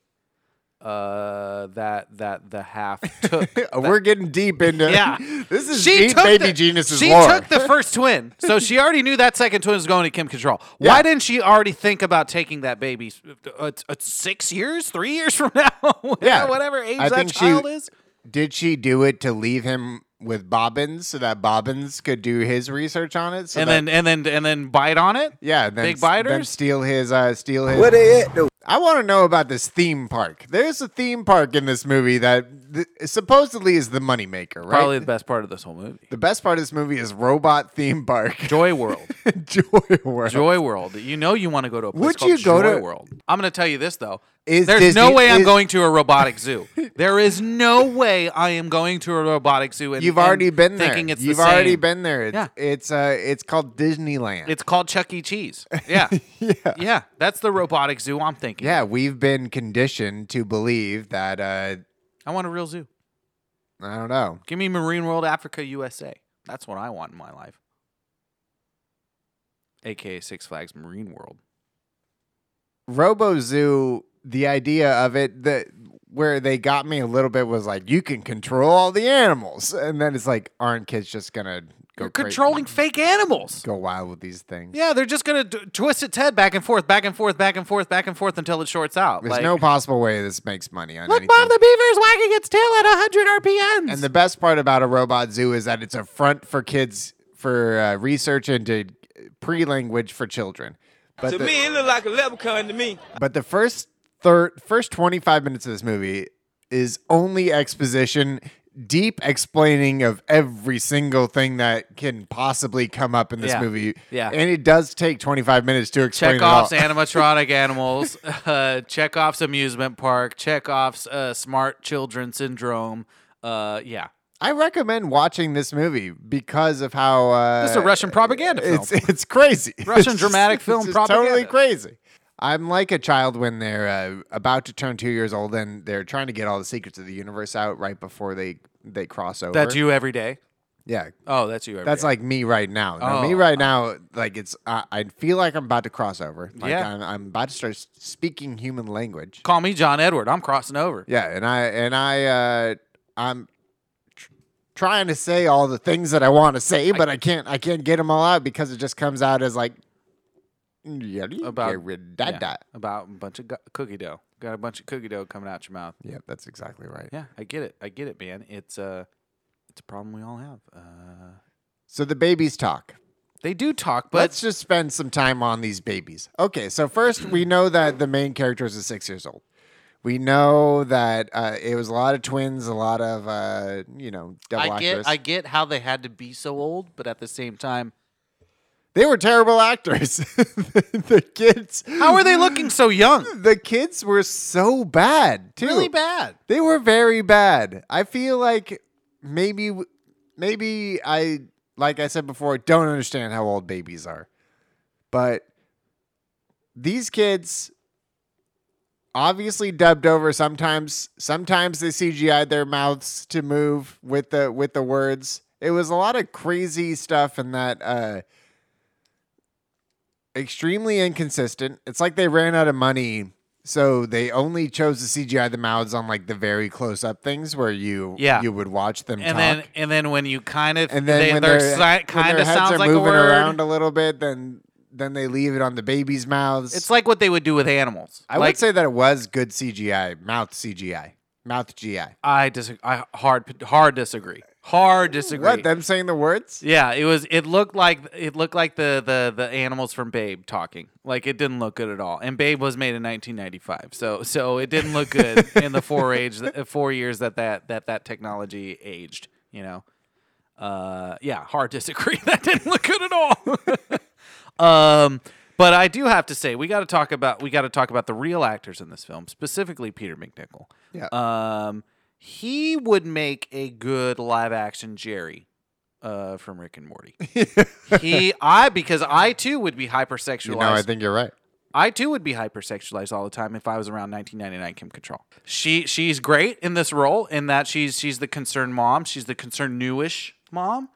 S4: Uh, that that
S3: *laughs*
S4: the half took.
S3: We're getting deep into
S4: Yeah.
S3: *laughs* this is
S4: she
S3: deep
S4: took
S3: baby
S4: the,
S3: geniuses
S4: She
S3: lore.
S4: took the first twin, so she already knew that second twin was going to Kim Control. Why
S3: Yeah.
S4: didn't she already think about taking that baby uh, uh, six years, three years from now? *laughs*
S3: Yeah.
S4: whatever age
S3: I
S4: that
S3: think she-
S4: child is.
S3: Did she do it to leave him with Bobbins so that Bobbins could do his research on it? So
S4: and
S3: that-
S4: then and then and then bite on it.
S3: Yeah, then
S4: Big
S3: s- Then
S4: biters?
S3: steal his, uh, steal his. What they I want to know about this theme park. There's a theme park in this movie that th- supposedly is the moneymaker, right?
S4: Probably the best part of this whole movie.
S3: The best part of this movie is robot theme park. *laughs*
S4: Joy World.
S3: Joy World.
S4: Joy World. You know you want to go to a place
S3: Would
S4: called
S3: you go
S4: Joy
S3: to-
S4: World. I'm going to tell you this though.
S3: Is
S4: There's
S3: Disney-
S4: no way I'm
S3: is-
S4: going to a robotic
S3: *laughs*
S4: zoo. there is no way I am going to a robotic zoo. And,
S3: You've already
S4: and
S3: been there.
S4: Thinking it's the
S3: You've already
S4: same.
S3: been there. It's, it's uh, it's called Disneyland. *laughs*
S4: It's called Chuck E. Cheese. Yeah. yeah. Yeah. That's the robotic zoo I'm thinking.
S3: yeah, we've been conditioned to believe that. Uh,
S4: I want a real zoo.
S3: I don't know.
S4: Give me Marine World Africa USA. That's what I want in my life. AKA Six Flags Marine World.
S3: Robo Zoo, the idea of it, the where they got me a little bit was like you can control all the animals, and then it's like, aren't kids just gonna go
S4: You're
S3: cra-
S4: controlling fake animals.
S3: go wild with these things?
S4: Yeah, they're just gonna d- twist its head back and forth, back and forth, back and forth, back and forth until it shorts out.
S3: There's
S4: like,
S3: no possible way this makes money on
S4: look,
S3: anything.
S4: Bob, the beaver's wagging its tail at 100 RPMs.
S3: and the best part about a robot zoo is that it's a front for kids for uh, research into pre-language for children. But
S5: To
S3: the-
S5: me, it looked like a leprechaun to me.
S3: But the first third, first twenty five minutes of this movie is only exposition, deep explaining of every single thing that can possibly come up in this
S4: Yeah.
S3: movie.
S4: Yeah.
S3: and it does take twenty five minutes to explain it all.
S4: Chekhov's animatronic animals, *laughs* uh, Chekhov's amusement park, Chekhov's uh, smart children syndrome. Uh, yeah,
S3: I recommend watching this movie because of how uh,
S4: this is a Russian propaganda film.
S3: It's it's crazy.
S4: *laughs* Russian
S3: It's *laughs*
S4: dramatic
S3: just-
S4: film
S3: it's just Totally
S4: propaganda.
S3: crazy. I'm like a child when they're uh, about to turn two years old and they're trying to get all the secrets of the universe out right before they they cross over.
S4: that's you every day.
S3: Yeah,
S4: Oh, that's you every day.
S3: That's like me right now. Now, me
S4: Oh.
S3: right now, like it's I, I feel like I'm about to cross over. Like
S4: Yeah.
S3: I'm, I'm about to start s- speaking human language.
S4: call me John Edward. I'm crossing over.
S3: Yeah, and I and I uh, I'm tr- trying to say all the things that I want to say, but I can't I can't get them all out because it just comes out as like
S4: About- Yeah,
S3: yeah.
S4: about a bunch of gu- cookie dough. Got a bunch of cookie dough coming out your mouth.
S3: yeah, that's exactly right.
S4: Yeah, I get it. I get it, man. It's uh, it's a problem we all have. Uh,
S3: So the babies talk.
S4: they do talk, but
S3: Let's just spend some time on these babies. Okay, so first we
S4: *clears throat*
S3: know that the main character is six years old. We know that uh, it was a lot of twins, a lot of uh, you know double
S4: I
S3: actors.
S4: get I get how they had to be so old, but at the same time,
S3: They were terrible actors. *laughs* the, kids.
S4: how are they looking so young?
S3: *laughs* The kids were so bad, too.
S4: Really bad.
S3: They were very bad. I feel like maybe maybe I like I said before, I don't understand how old babies are. But these kids obviously dubbed over sometimes sometimes they CGI'd their mouths to move with the with the words. It was a lot of crazy stuff in that uh extremely inconsistent. It's like they ran out of money, so they only chose to CGI the mouths on like the very close up things where you
S2: Yeah.
S3: you would watch them
S2: and
S3: talk.
S2: then and then when you kind of
S3: and then
S2: they,
S3: when
S2: their
S3: their,
S2: si-
S3: when
S2: kind
S3: their
S2: of
S3: heads
S2: sounds
S3: are
S2: like a
S3: moving
S2: word.
S3: around a little bit, then then they leave it on the babies' mouths.
S2: It's like what they would do with animals.
S3: I
S2: like,
S3: would say that it was good CGI, mouth CGI, mouth GI.
S4: I disagree. I hard hard disagree. Hard disagree.
S3: What them saying the words?
S4: Yeah, it was. It looked like it looked like the the the animals from Babe talking. Like it didn't look good at all. And Babe was made in 1995, so so it didn't look good in the four age the four years that that that that technology aged. You know, uh, yeah, hard *laughs* disagree. That didn't look good at all. *laughs* um, but I do have to say we got to talk about we got to talk about the real actors in this film, specifically Peter McNichol.
S3: Yeah.
S4: Um, he would make a good live action Jerry uh, from Rick
S3: *laughs*
S4: and Morty. he, I, because I too would be hypersexualized.
S3: You know, I think you're right.
S4: I too would be hypersexualized all the time if I was around 1999 Kim Cattrall. She she's great in this role in that she's she's the concerned mom. She's the concerned newish mom.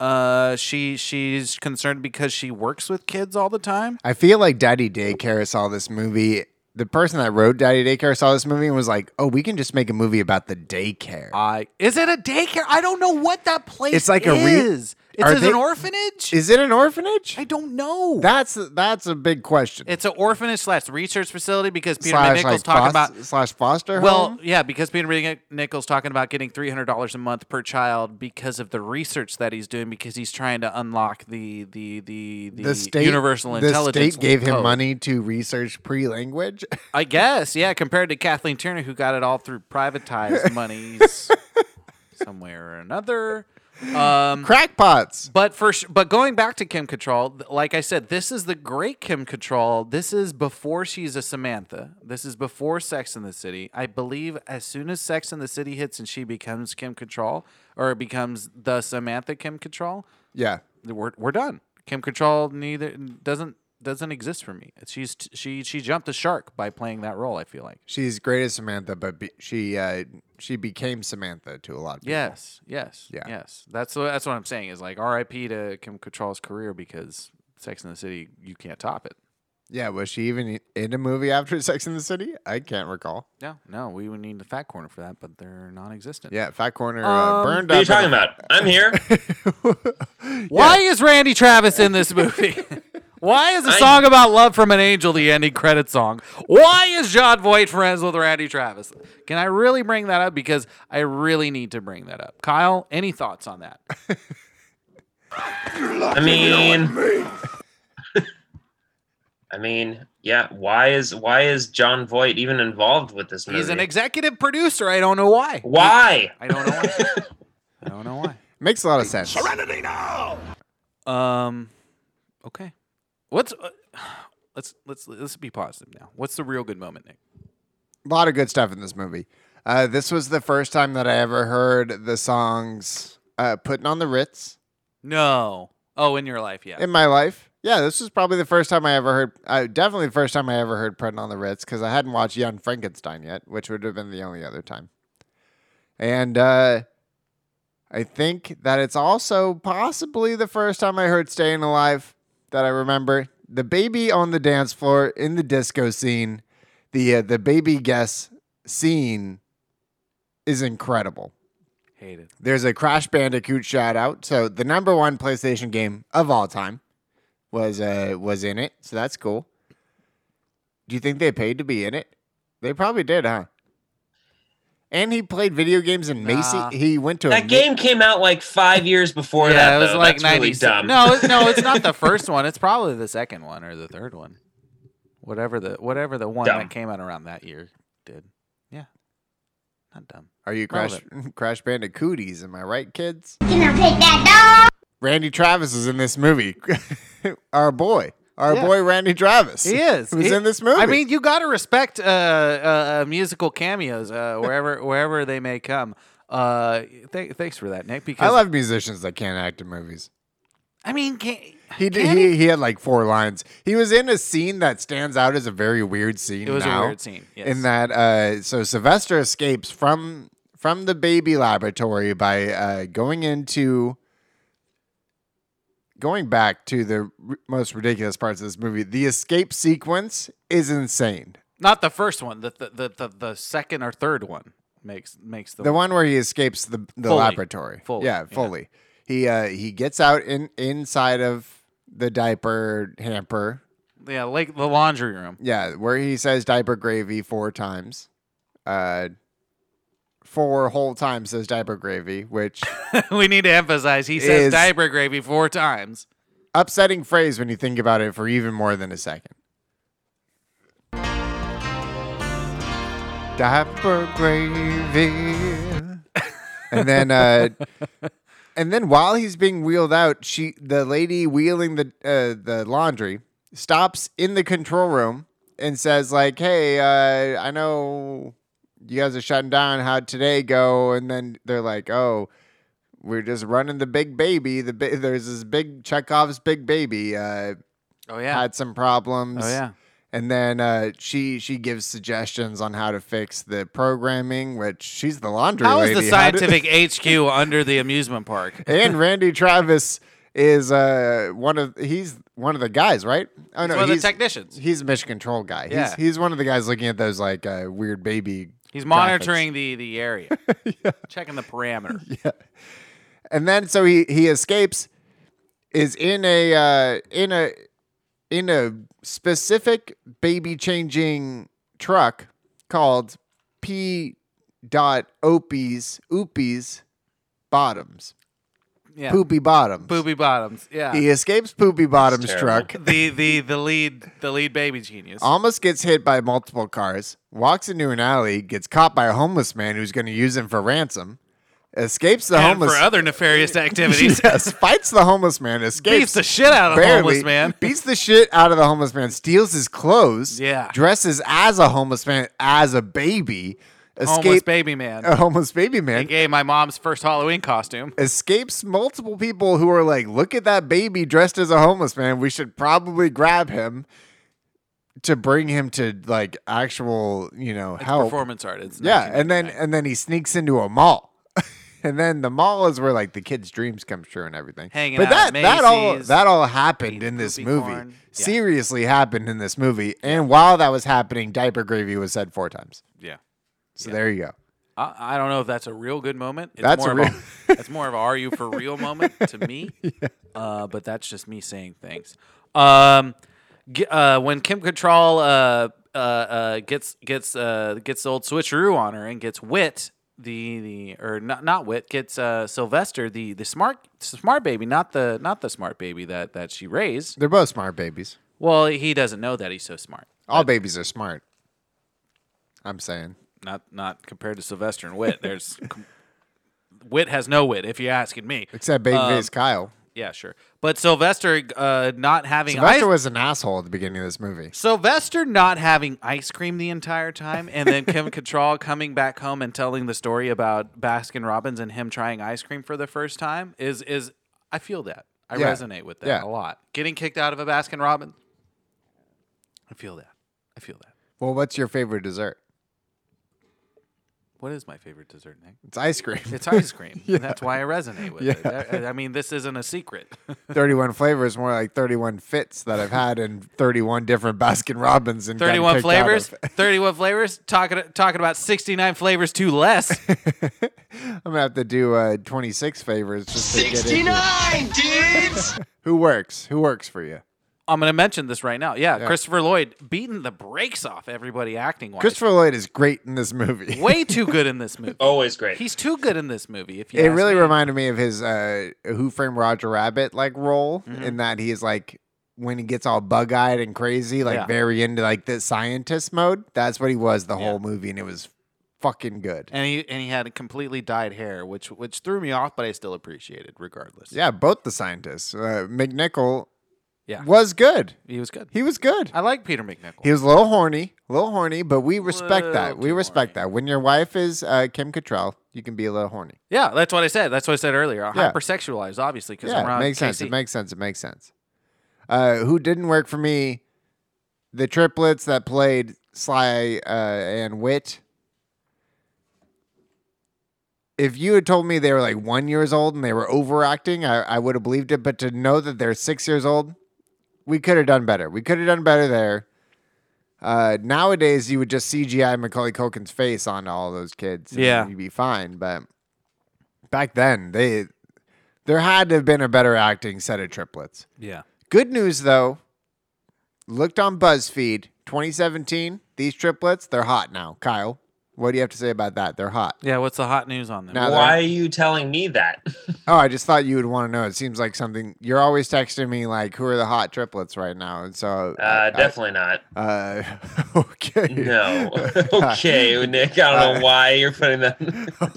S4: Uh, she she's concerned because she works with kids all the time.
S3: I feel like Daddy Daycare saw this movie. The person that wrote Daddy Daycare saw this movie and was like, "Oh, we can just make a movie about the daycare."
S4: I is it a daycare? I don't know what that place.
S3: It's like a re-
S4: is. it's
S3: Are
S4: is
S3: they-
S4: an orphanage.
S3: Is it an orphanage?
S4: I don't know.
S3: That's that's a big question.
S4: it's an orphanage slash research facility because Peter
S3: slash
S4: McNichol's
S3: like
S4: talking
S3: fos-
S4: about
S3: slash foster
S4: Well,
S3: home?
S4: yeah, because Peter McNichol's talking about getting three hundred dollars a month per child because of the research that he's doing because he's trying to unlock the the the the,
S3: the state
S4: universal
S3: the
S4: intelligence.
S3: state gave him
S4: code.
S3: money to research pre-language *laughs*
S4: I guess, yeah. Compared to Kathleen Turner, who got it all through
S3: *laughs*
S4: privatized monies somewhere or another. Um,
S3: crackpots
S4: but for sh- but going back to Kim Cattrall, th- like I said, this is the great Kim Cattrall. This is before she's a Samantha. This is before Sex in the City. I believe as soon as Sex in the City hits and she becomes Kim Cattrall or becomes the Samantha Kim Cattrall,
S3: yeah
S4: we're we're done. Kim Cattrall neither doesn't doesn't exist for me. She's t- she she jumped the shark by playing that role. I feel like.
S3: she's great as samantha but be- she uh she became samantha to a lot of people
S4: Yes, yes,
S3: Yeah.
S4: yes. That's what that's what I'm saying is like R.I.P. to Kim Cattrall's career because Sex in the City you can't top it.
S3: yeah was she even in a movie after *laughs* sex in the city i can't recall
S4: No, no, we would need the fat corner for that, but they're non-existent.
S3: yeah fat corner uh,
S4: Um,
S3: burned
S1: What are you
S3: up
S1: talking about? I'm here.
S3: about
S4: Why is Randy Travis in *laughs* this movie? Why is a
S1: I-
S4: song about love from an angel the ending credit song? Why is John Voight friends with Randy Travis? Can I really bring that up? Because I really need to bring that up. Kyle, any thoughts on that?
S1: I mean, *laughs* I mean, yeah. Why is why is John Voight even involved with this movie?
S4: He's an executive producer. I don't know why.
S1: *laughs* why?
S4: I don't know why. I don't know why.
S3: makes a lot of sense
S4: Um, okay. What's uh, let's let's let's be positive now. What's the real good moment, Nick?
S3: a lot of good stuff in this movie. Uh, this was the first time that I ever heard the songs uh, "Putting on the Ritz"
S4: No. Oh, in your life, yeah.
S3: in my life. Yeah, this was probably the first time I ever heard. Uh, definitely the first time I ever heard "Putting on the Ritz" because I hadn't watched Young Frankenstein yet, which would have been the only other time. And uh, I think that it's also possibly the first time I heard "Staying Alive" that I remember. The baby on the dance floor in the disco scene, the uh, the baby guess scene is incredible.
S4: Hated.
S3: There's a Crash Bandicoot shout out. So the number one PlayStation game of all time was uh was in it. So that's cool. Do you think they paid to be in it? They probably did, huh? And he played video games in Macy.
S4: Nah.
S3: He went to a
S1: That
S3: ma-
S1: game came out like five years before
S4: yeah,
S1: that.
S4: it was
S1: though.
S4: like
S1: That's really
S4: 96.
S1: dumb.
S4: No, it- no, it's not
S1: *laughs*
S4: the first one. It's probably the second one or the third one. Whatever the whatever the one
S1: Dumb.
S4: that came out around that year did. Yeah. Not dumb.
S3: Are you Crash *laughs* Crash Bandicooties? Am I right, kids?
S7: Can I take that
S3: Randy Travis is in this movie. *laughs* Our boy. Our
S4: Yeah.
S3: boy Randy Travis. *laughs*
S4: He is.
S3: Who's
S4: He-
S3: in this movie.
S4: I mean, you got to respect uh, uh, uh, musical cameos uh,
S1: *laughs*
S4: wherever wherever they may come. Uh, th- thanks for that, Nick. Because
S3: I love musicians that can't act in movies.
S4: I mean, can,
S3: He d- he he had like four lines. He was in a scene that stands out as a very weird scene.
S4: It was a
S3: now,
S4: weird scene, yes.
S3: In that, uh, so Sylvester escapes from from the baby laboratory by uh, going into going back to the r- most ridiculous parts of this movie. The escape sequence is insane.
S4: Not the first one. The the, the the the second or third one makes makes the,
S3: The one where he escapes the, the
S4: Fully.
S3: laboratory.
S4: Fully,
S3: Yeah,
S4: yeah.
S3: fully. He uh, he gets out in inside of the diaper hamper.
S4: yeah like the laundry room.
S3: Yeah, where he says diaper gravy four times. Uh four whole times says diaper gravy, which
S4: *laughs* we need to emphasize he says
S3: Is-
S4: diaper gravy four times.
S3: upsetting phrase when you think about it for even more than a second. Diaper gravy. And then uh and then while he's being wheeled out, she the lady wheeling the uh, the laundry stops in the control room and says like, "Hey, uh, I know you guys are shutting down. How'd today go?" And then they're like, "Oh, we're just running the big baby. The bi- there's this big Chekhov's big baby uh,
S4: Oh yeah.
S3: had some problems.
S4: oh yeah.
S3: And then uh, she she gives suggestions on how to fix the programming, which she's the laundry
S4: How
S3: lady.
S4: is the
S3: How did-
S4: scientific HQ under the amusement park?
S3: *laughs* and Randy Travis is uh one of he's one of the guys, right? Oh
S4: one of the technicians.
S3: He's a mission control guy.
S4: Yeah.
S3: He's he's one of the guys looking at those like uh, weird baby.
S4: He's monitoring the
S3: *laughs*
S4: the area, checking the parameter.
S3: And then so he he escapes, is in a uh, in a in a specific baby changing truck called P. Dot Opie's Oopies Bottoms
S4: Yeah.
S3: Poopy Bottoms.
S4: Booby bottoms. Yeah.
S3: He escapes Poopy Bottoms
S1: terrible.
S3: truck.
S4: the the the lead the lead baby genius.
S3: almost gets hit by multiple cars, walks into an alley, gets caught by a homeless man who's going to use him for ransom, escapes the
S4: and
S3: homeless
S4: for other
S3: *laughs*
S4: nefarious activities,
S3: yes, fights the homeless man, escapes
S4: beats the shit out of the
S3: barely,
S4: homeless man. *laughs*
S3: beats the shit out of the homeless man, steals his clothes,
S4: Yeah.
S3: dresses as a homeless man as a baby, escapes
S4: Homeless baby man.
S3: a homeless baby Oh, man,
S4: AKA my mom's first Halloween costume.
S3: escapes multiple people who are like, look at that baby dressed as a homeless man. We should probably grab him to bring him to like actual, you know,
S4: It's
S3: help.
S4: performance art. It's
S3: yeah, and then
S4: 1999.
S3: and then he sneaks into a mall. *laughs* and then the mall is where like the kids' dreams come true and everything.
S4: Hanging
S3: but
S4: out
S3: that
S4: at
S3: that all
S4: Macy's,
S3: that all happened
S4: eating
S3: in this
S4: poopy
S3: movie.
S4: corn. Yeah.
S3: Seriously happened in this movie. And while that was happening, diaper gravy was said four times.
S4: yeah.
S3: So there you go.
S4: I, I don't know if that's a real good moment. *laughs* It's
S3: That's
S4: more
S3: a
S4: of
S3: real-
S4: a, that's more of a are
S3: *laughs*
S4: you for real moment to me. Uh, but that's just me saying things. Um, g- uh, when Kim Cattrall uh, uh, uh, gets gets uh, gets the old switcheroo on her and gets wit the the or not not wit gets uh, Sylvester the the smart smart baby not the not the smart baby that that she raised.
S3: They're both smart babies.
S4: Well, he doesn't know that he's so smart.
S3: All babies are smart. I'm saying.
S4: Not not compared to Sylvester and Wit. There's Wit has no wit, if you're asking me.
S3: Except
S4: Um,
S3: Babyface Kyle.
S4: Yeah, sure. But Sylvester uh, not having
S3: Sylvester
S4: ice-
S3: was an asshole at the beginning of this movie.
S4: Sylvester not having ice cream the entire time, and
S3: *laughs*
S4: then Kim Cattrall coming back home and telling the story about Baskin Robbins and him trying ice cream for the first time is is I feel that I
S3: Yeah.
S4: resonate with that
S3: Yeah.
S4: a lot. Getting kicked out of a Baskin Robbins, I feel that. I feel that.
S3: Well, what's your favorite dessert?
S4: What is my favorite dessert, Nick?
S3: It's ice cream. *laughs*
S4: It's ice cream. That's why I resonate with it. I, I mean, this isn't a secret.
S3: 31 flavors, more like 31 fits that I've had in 31 different Baskin Robbins and gotten
S4: 31
S3: kicked out
S4: flavors,
S3: of.
S4: *laughs* 31 flavors, talking talking about 69 flavors
S3: *laughs*
S4: too less.
S3: I'm gonna have to do uh, 26 favors just to get in. here.
S5: 69, dudes!
S3: *laughs* Who works? Who works for you?
S4: I'm going to mention this right now. Yeah, Christopher Lloyd beating the brakes off everybody acting wise.
S3: Christopher Lloyd is great in this movie. *laughs*
S4: *laughs* way too good in this movie.
S1: Always great.
S4: He's too good in this movie. If you
S3: it
S4: ask
S3: really
S4: me.
S3: reminded me of his uh, Who Framed Roger Rabbit like role
S4: Mm-hmm.
S3: in that he is like when he gets all bug eyed and crazy, like
S4: Yeah.
S3: very into like the scientist mode. That's what he was the whole movie, and it was fucking good.
S4: and he and he had completely dyed hair, which which threw me off, but I still appreciated regardless.
S3: yeah, both the scientists, uh, McNichol
S4: Yeah.
S3: was good.
S4: He was good.
S3: He was good.
S4: I like Peter McNichol.
S3: He was a little horny, a little horny, but we respect that.
S4: Little
S3: We
S4: too
S3: respect that. When your wife is uh, Kim Cattrall, you can be a little horny.
S4: yeah, that's what I said. That's what I said earlier.
S3: Yeah.
S4: Hypersexualized, obviously, because I'm
S3: Yeah, it
S4: around
S3: makes sense.
S4: Casey.
S3: It makes sense. It makes sense. Uh, who didn't work for me? The triplets that played Sly uh, and Wit. If you had told me they were like one years old and they were overacting, I, I would have believed it. But to know that they're six years old, we could have done better. We could have done better there. Uh, nowadays, you would just CGI Macaulay Culkin's face on all those kids. and
S4: Yeah.
S3: you'd be fine. But back then, they there had to have been a better acting set of triplets.
S4: yeah.
S3: Good news though, looked on BuzzFeed 2017. These triplets, they're hot now. Kyle, what do you have to say about that? They're hot.
S4: Yeah, what's the hot news on them?
S3: Now
S1: Why are
S3: they're-
S1: you telling
S4: *laughs*
S1: me that? Uh,
S3: Oh, I just thought you would want to know. It seems like something you're always texting me like, "Who are the hot triplets right now?" And so,
S1: Uh,
S3: I- I-
S4: *laughs*
S1: definitely not.
S3: Uh, *laughs* okay. *laughs*
S1: No. *laughs* okay, Nick. I don't know why you're putting that.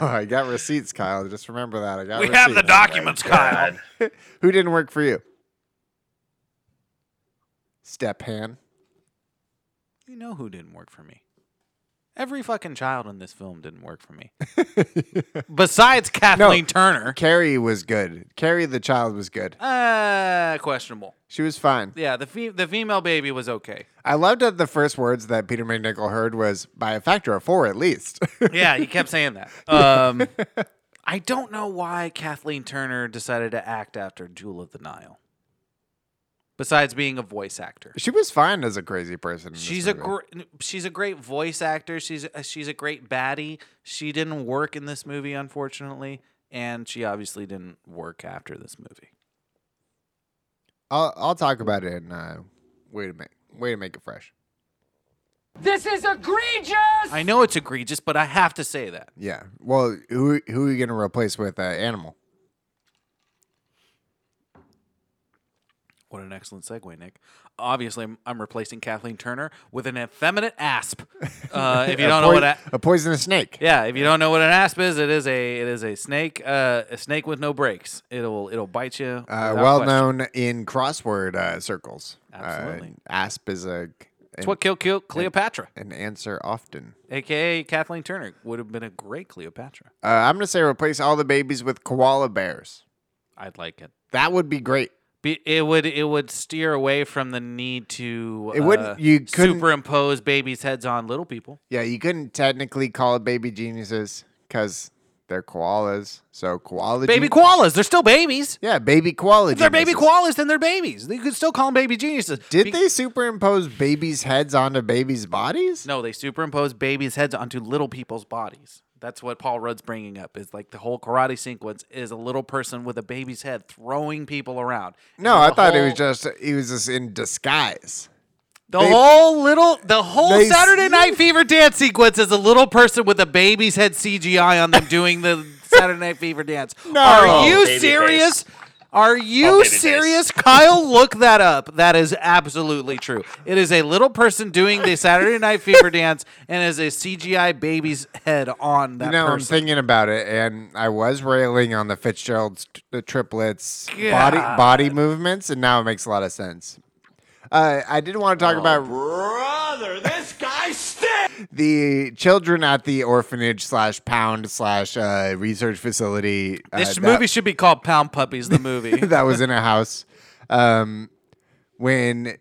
S3: Oh, I got receipts, Kyle. Just remember that. I got.
S4: we have the
S3: receipts.
S4: documents, Kyle.
S1: God.
S3: *laughs* Who didn't work for you? Stephan.
S4: You know who didn't work for me? Every fucking child in this film didn't work for me. Besides Kathleen Turner.
S3: Carrie was good. Carrie the child was good.
S4: Uh, questionable.
S3: She was fine.
S4: Yeah, the fe- the female baby was okay.
S3: I loved that the first words that Peter McNichol heard was by a factor of four at least. *laughs*
S4: Yeah, he kept saying that. Um, I don't know why Kathleen Turner decided to act after Jewel of the Nile. Besides being a voice actor.
S3: she was fine as a crazy person. in this
S4: She's a
S3: movie.
S4: gr- she's a great voice actor. She's a, she's a great baddie. She didn't work in this movie, unfortunately, and she obviously didn't work after this movie.
S3: I'll I'll talk about it in uh, way to make way to make it fresh.
S5: This is egregious!
S4: I know it's egregious, but I have to say that
S3: Yeah. Well, who who are you gonna replace with uh, animal?
S4: what an excellent segue, Nick. Obviously, I'm, I'm replacing Kathleen Turner with an effeminate
S3: *laughs*
S4: asp. Uh, if you
S3: A
S4: don't know what
S3: poi-
S4: a-
S3: a poisonous snake.
S4: yeah, if you don't know what an asp is, it is a it is a snake uh, a snake with no brakes. It'll it'll bite you.
S3: Uh,
S4: without
S3: well
S4: question.
S3: known in crossword uh, circles. Uh,
S4: Absolutely.
S3: asp is a
S4: It's
S3: an,
S4: what killed, killed Cleopatra,
S3: an answer often.
S4: aka Kathleen Turner, would have been a great Cleopatra.
S3: Uh, I'm gonna say replace all the babies with koala bears.
S4: I'd like it.
S3: That would be great.
S4: Be, it would it would steer away from the need to uh,
S3: It wouldn't- you couldn't-
S4: superimpose babies' heads on little people.
S3: Yeah, you couldn't technically call it baby geniuses because they're koalas. So koala
S4: Baby
S3: geni-
S4: koalas, they're still babies.
S3: Yeah, baby koala.
S4: If they're baby
S3: geniuses.
S4: koalas, then they're babies. You could still call them baby geniuses.
S3: Did
S4: Be-
S3: they superimpose babies' heads onto babies' bodies?
S4: No, they superimpose babies' heads onto little people's bodies. That's what Paul Rudd's bringing up. Is like the whole karate sequence is a little person with a baby's head throwing people around. And
S3: No,
S4: the
S3: I thought it was
S4: whole-
S3: just he was just in disguise.
S4: The
S3: They-
S4: whole little, the whole
S3: They-
S4: Saturday Night Fever dance sequence is a little person with a baby's head CGI on them
S3: *laughs*
S4: doing the Saturday Night Fever dance. No,
S3: Oh,
S4: are you
S1: Baby
S4: serious? Are
S1: Oh,
S4: you
S1: baby face.
S4: serious, Kyle? Look that up. That is absolutely true. It is a little person doing the Saturday Night Fever dance and is a CGI baby's head on that
S3: You know, I'm
S4: person.
S3: thinking about it, and I was railing on the Fitzgerald's t- the triplets body
S4: God.
S3: body movements, and now it makes a lot of sense. Uh, I did want
S4: Oh.
S3: to talk about
S5: Brother, this guy stinks!
S3: the children at the orphanage slash pound slash uh, research facility. uh,
S4: this
S3: that-
S4: movie should be called Pound Puppies. The movie.
S3: *laughs* that was in a house. Um, when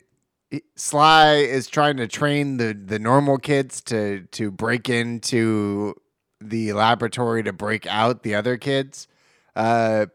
S3: Sly is trying to train the, the normal kids to to break into the laboratory to break out the other kids, uh,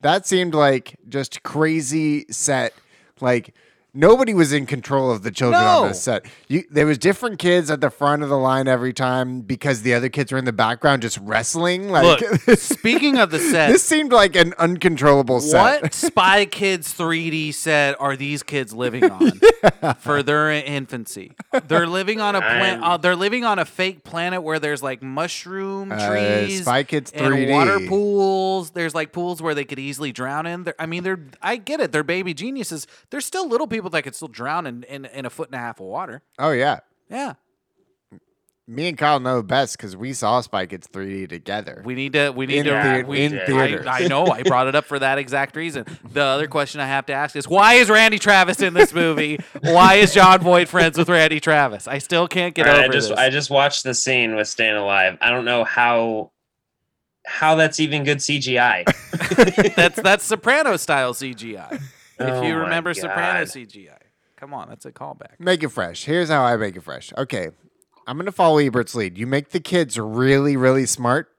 S3: that seemed like just crazy set. Like nobody was in control of the children on
S4: No.
S3: this set. You, there was different kids at the front of the line every time because the other kids were in the background just wrestling. Like *laughs*
S4: Look, speaking of the set,
S3: this seemed like an uncontrollable set.
S4: What Spy Kids 3D set are these kids living
S3: *laughs*
S4: on for their infancy? They're living on a plan-
S1: I'm-
S4: uh, they're living on a fake planet where there's like mushroom
S3: Uh,
S4: trees,
S3: Spy Kids
S4: and water
S3: 3D.
S4: pools. There's like pools where they could easily drown in. They're, I mean, they're I get it. They're baby geniuses. They're still little people that could still drown in, in in a foot and a half of water.
S3: Oh yeah.
S4: Yeah,
S3: Oh, Me and Kyle know best because we saw Spike It's 3D together.
S4: We need to. We need
S3: In
S4: to.
S3: thea-
S4: we,
S3: in
S4: I-
S3: theaters.
S4: I, know. I brought it up for that exact reason. The other question I have to ask is why is Randy Travis in this movie? why is John Voight friends with Randy Travis? I still can't *laughs* get
S1: All right,
S4: over
S1: I just
S4: this.
S1: I just watched the scene with Staying Alive. I don't know how how that's even
S4: *laughs*
S1: good CGI.
S4: *laughs* that's that's Soprano style CGI.
S1: Oh
S4: if you
S1: my
S4: remember Soprano
S1: God.
S4: CGI, come on, that's a callback.
S3: Make it fresh. Here's how I make it fresh. Okay. I'm going to follow Ebert's lead. You make the kids really, really smart,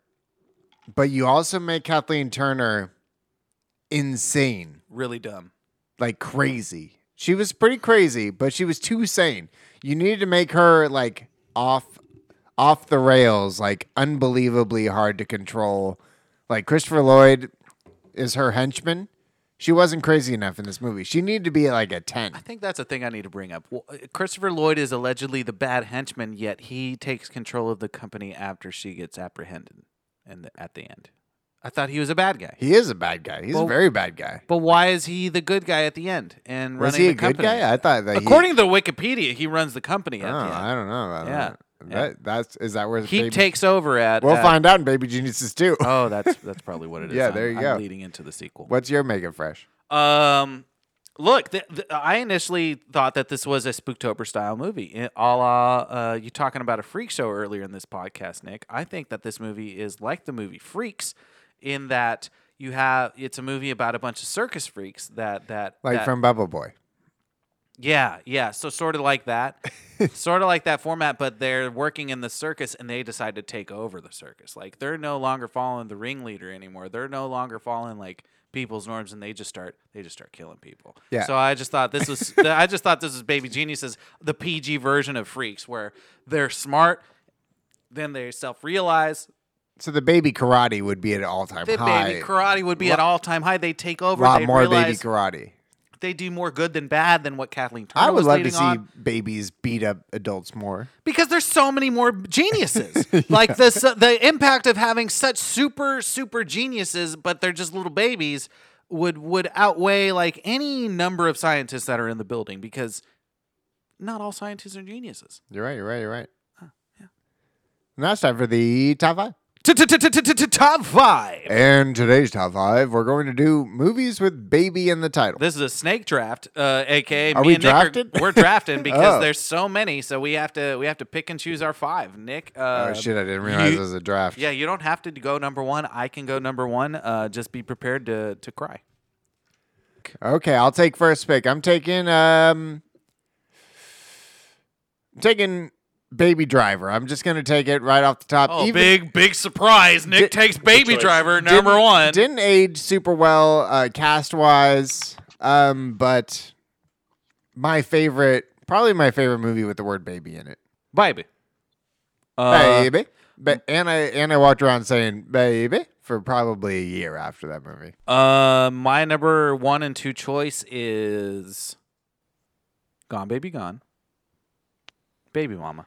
S3: but you also make Kathleen Turner insane,
S4: Really dumb.
S3: like crazy. She was pretty crazy, but she was too sane. You needed to make her like off off the rails, like unbelievably hard to control. Like Christopher Lloyd is her henchman. She wasn't crazy enough in this movie. She needed to be like a 10.
S4: I think that's a thing I need to bring up. Well, uh, Christopher Lloyd is allegedly the bad henchman, yet he takes control of the company after she gets apprehended, and at the end, I thought he was a bad guy.
S3: He is a bad guy. He's
S4: Well-
S3: a very bad guy.
S4: But why is he the good guy at the end and
S3: Was
S4: running
S3: he
S4: the
S3: a good
S4: company?
S3: guy? I thought that.
S4: According to the Wikipedia, he runs the company.
S3: he,
S4: At
S3: oh,
S4: the end.
S3: I don't know. About
S4: Yeah,
S3: That.
S4: yeah.
S3: That- that's is that where the
S4: he
S3: baby-
S4: takes over at.
S3: We'll
S4: at-
S3: find out in Baby Geniuses too.
S4: *laughs* Oh, that's that's probably
S3: *laughs*
S4: what it is.
S3: Yeah,
S4: I'm-
S3: there you
S4: I'm
S3: go.
S4: Leading into the sequel.
S3: What's your make it fresh?
S4: Um, look, th- th- I initially thought that this was a Spooktober style movie, i- a la uh, you talking about a freak show earlier in this podcast, Nick. I think that this movie is like the movie Freaks, in that you have it's a movie about a bunch of circus freaks that that
S3: Like
S4: that-
S3: from Bubble Boy.
S4: yeah yeah so sort of like
S3: *laughs*
S4: that sort of like that format but they're working in the circus and they decide to take over the circus like they're no longer following the ringleader anymore they're no longer following like people's norms and they just start they just start killing people
S3: Yeah.
S4: so i just thought this
S3: *laughs*
S4: was i just thought this was baby geniuses the pg version of freaks where they're smart then they self-realize
S3: So the baby karate would be at an all time
S4: that
S3: high.
S4: baby karate would be at all-time high they take
S3: a
S4: over
S3: lot
S4: they
S3: more baby
S4: realize
S3: karate.
S4: they do more good than bad than what kathleen Turner
S3: I would
S4: was
S3: love to
S4: leading
S3: see
S4: on.
S3: babies beat up adults more.
S4: because there's so many more
S3: *laughs*
S4: geniuses. Like the su- the impact of having such super super geniuses, but they're just little babies, would would outweigh like any number of scientists that are in the building because not all scientists are geniuses.
S3: You're right. You're right. You're right. Now it's time for the top five.
S4: Top five.
S3: And today's top five, we're going to do movies with baby in the title.
S4: This is a snake draft, uh, aka
S3: Are
S4: me
S3: we
S4: and Nick
S3: drafted?
S4: Are, *laughs*
S3: *laughs*
S4: we're drafting because
S3: Oh.
S4: there's so many, so we have to we have to pick and choose our five. Nick, uh,
S3: oh shit! I didn't realize
S4: you-
S3: it was a draft.
S4: Yeah, you don't have to go number one. I can go number one. Uh, just be prepared to to cry.
S3: Okay, I'll take first pick. I'm taking um I'm taking Baby Driver. I'm just gonna take it right off the top.
S4: Oh,
S3: Even-
S4: big big surprise! Nick
S3: Di-
S4: takes Baby
S1: choice.
S4: Driver
S3: didn't-
S4: number one.
S3: Didn't age super well, uh cast wise. Um, but my favorite probably my favorite movie with the word baby in it.
S4: baby. Uh,
S3: baby. Ba- and I and I walked around saying baby for probably a year after that movie.
S4: uh, my number one and two choice is Gone Baby Gone. Baby Mama.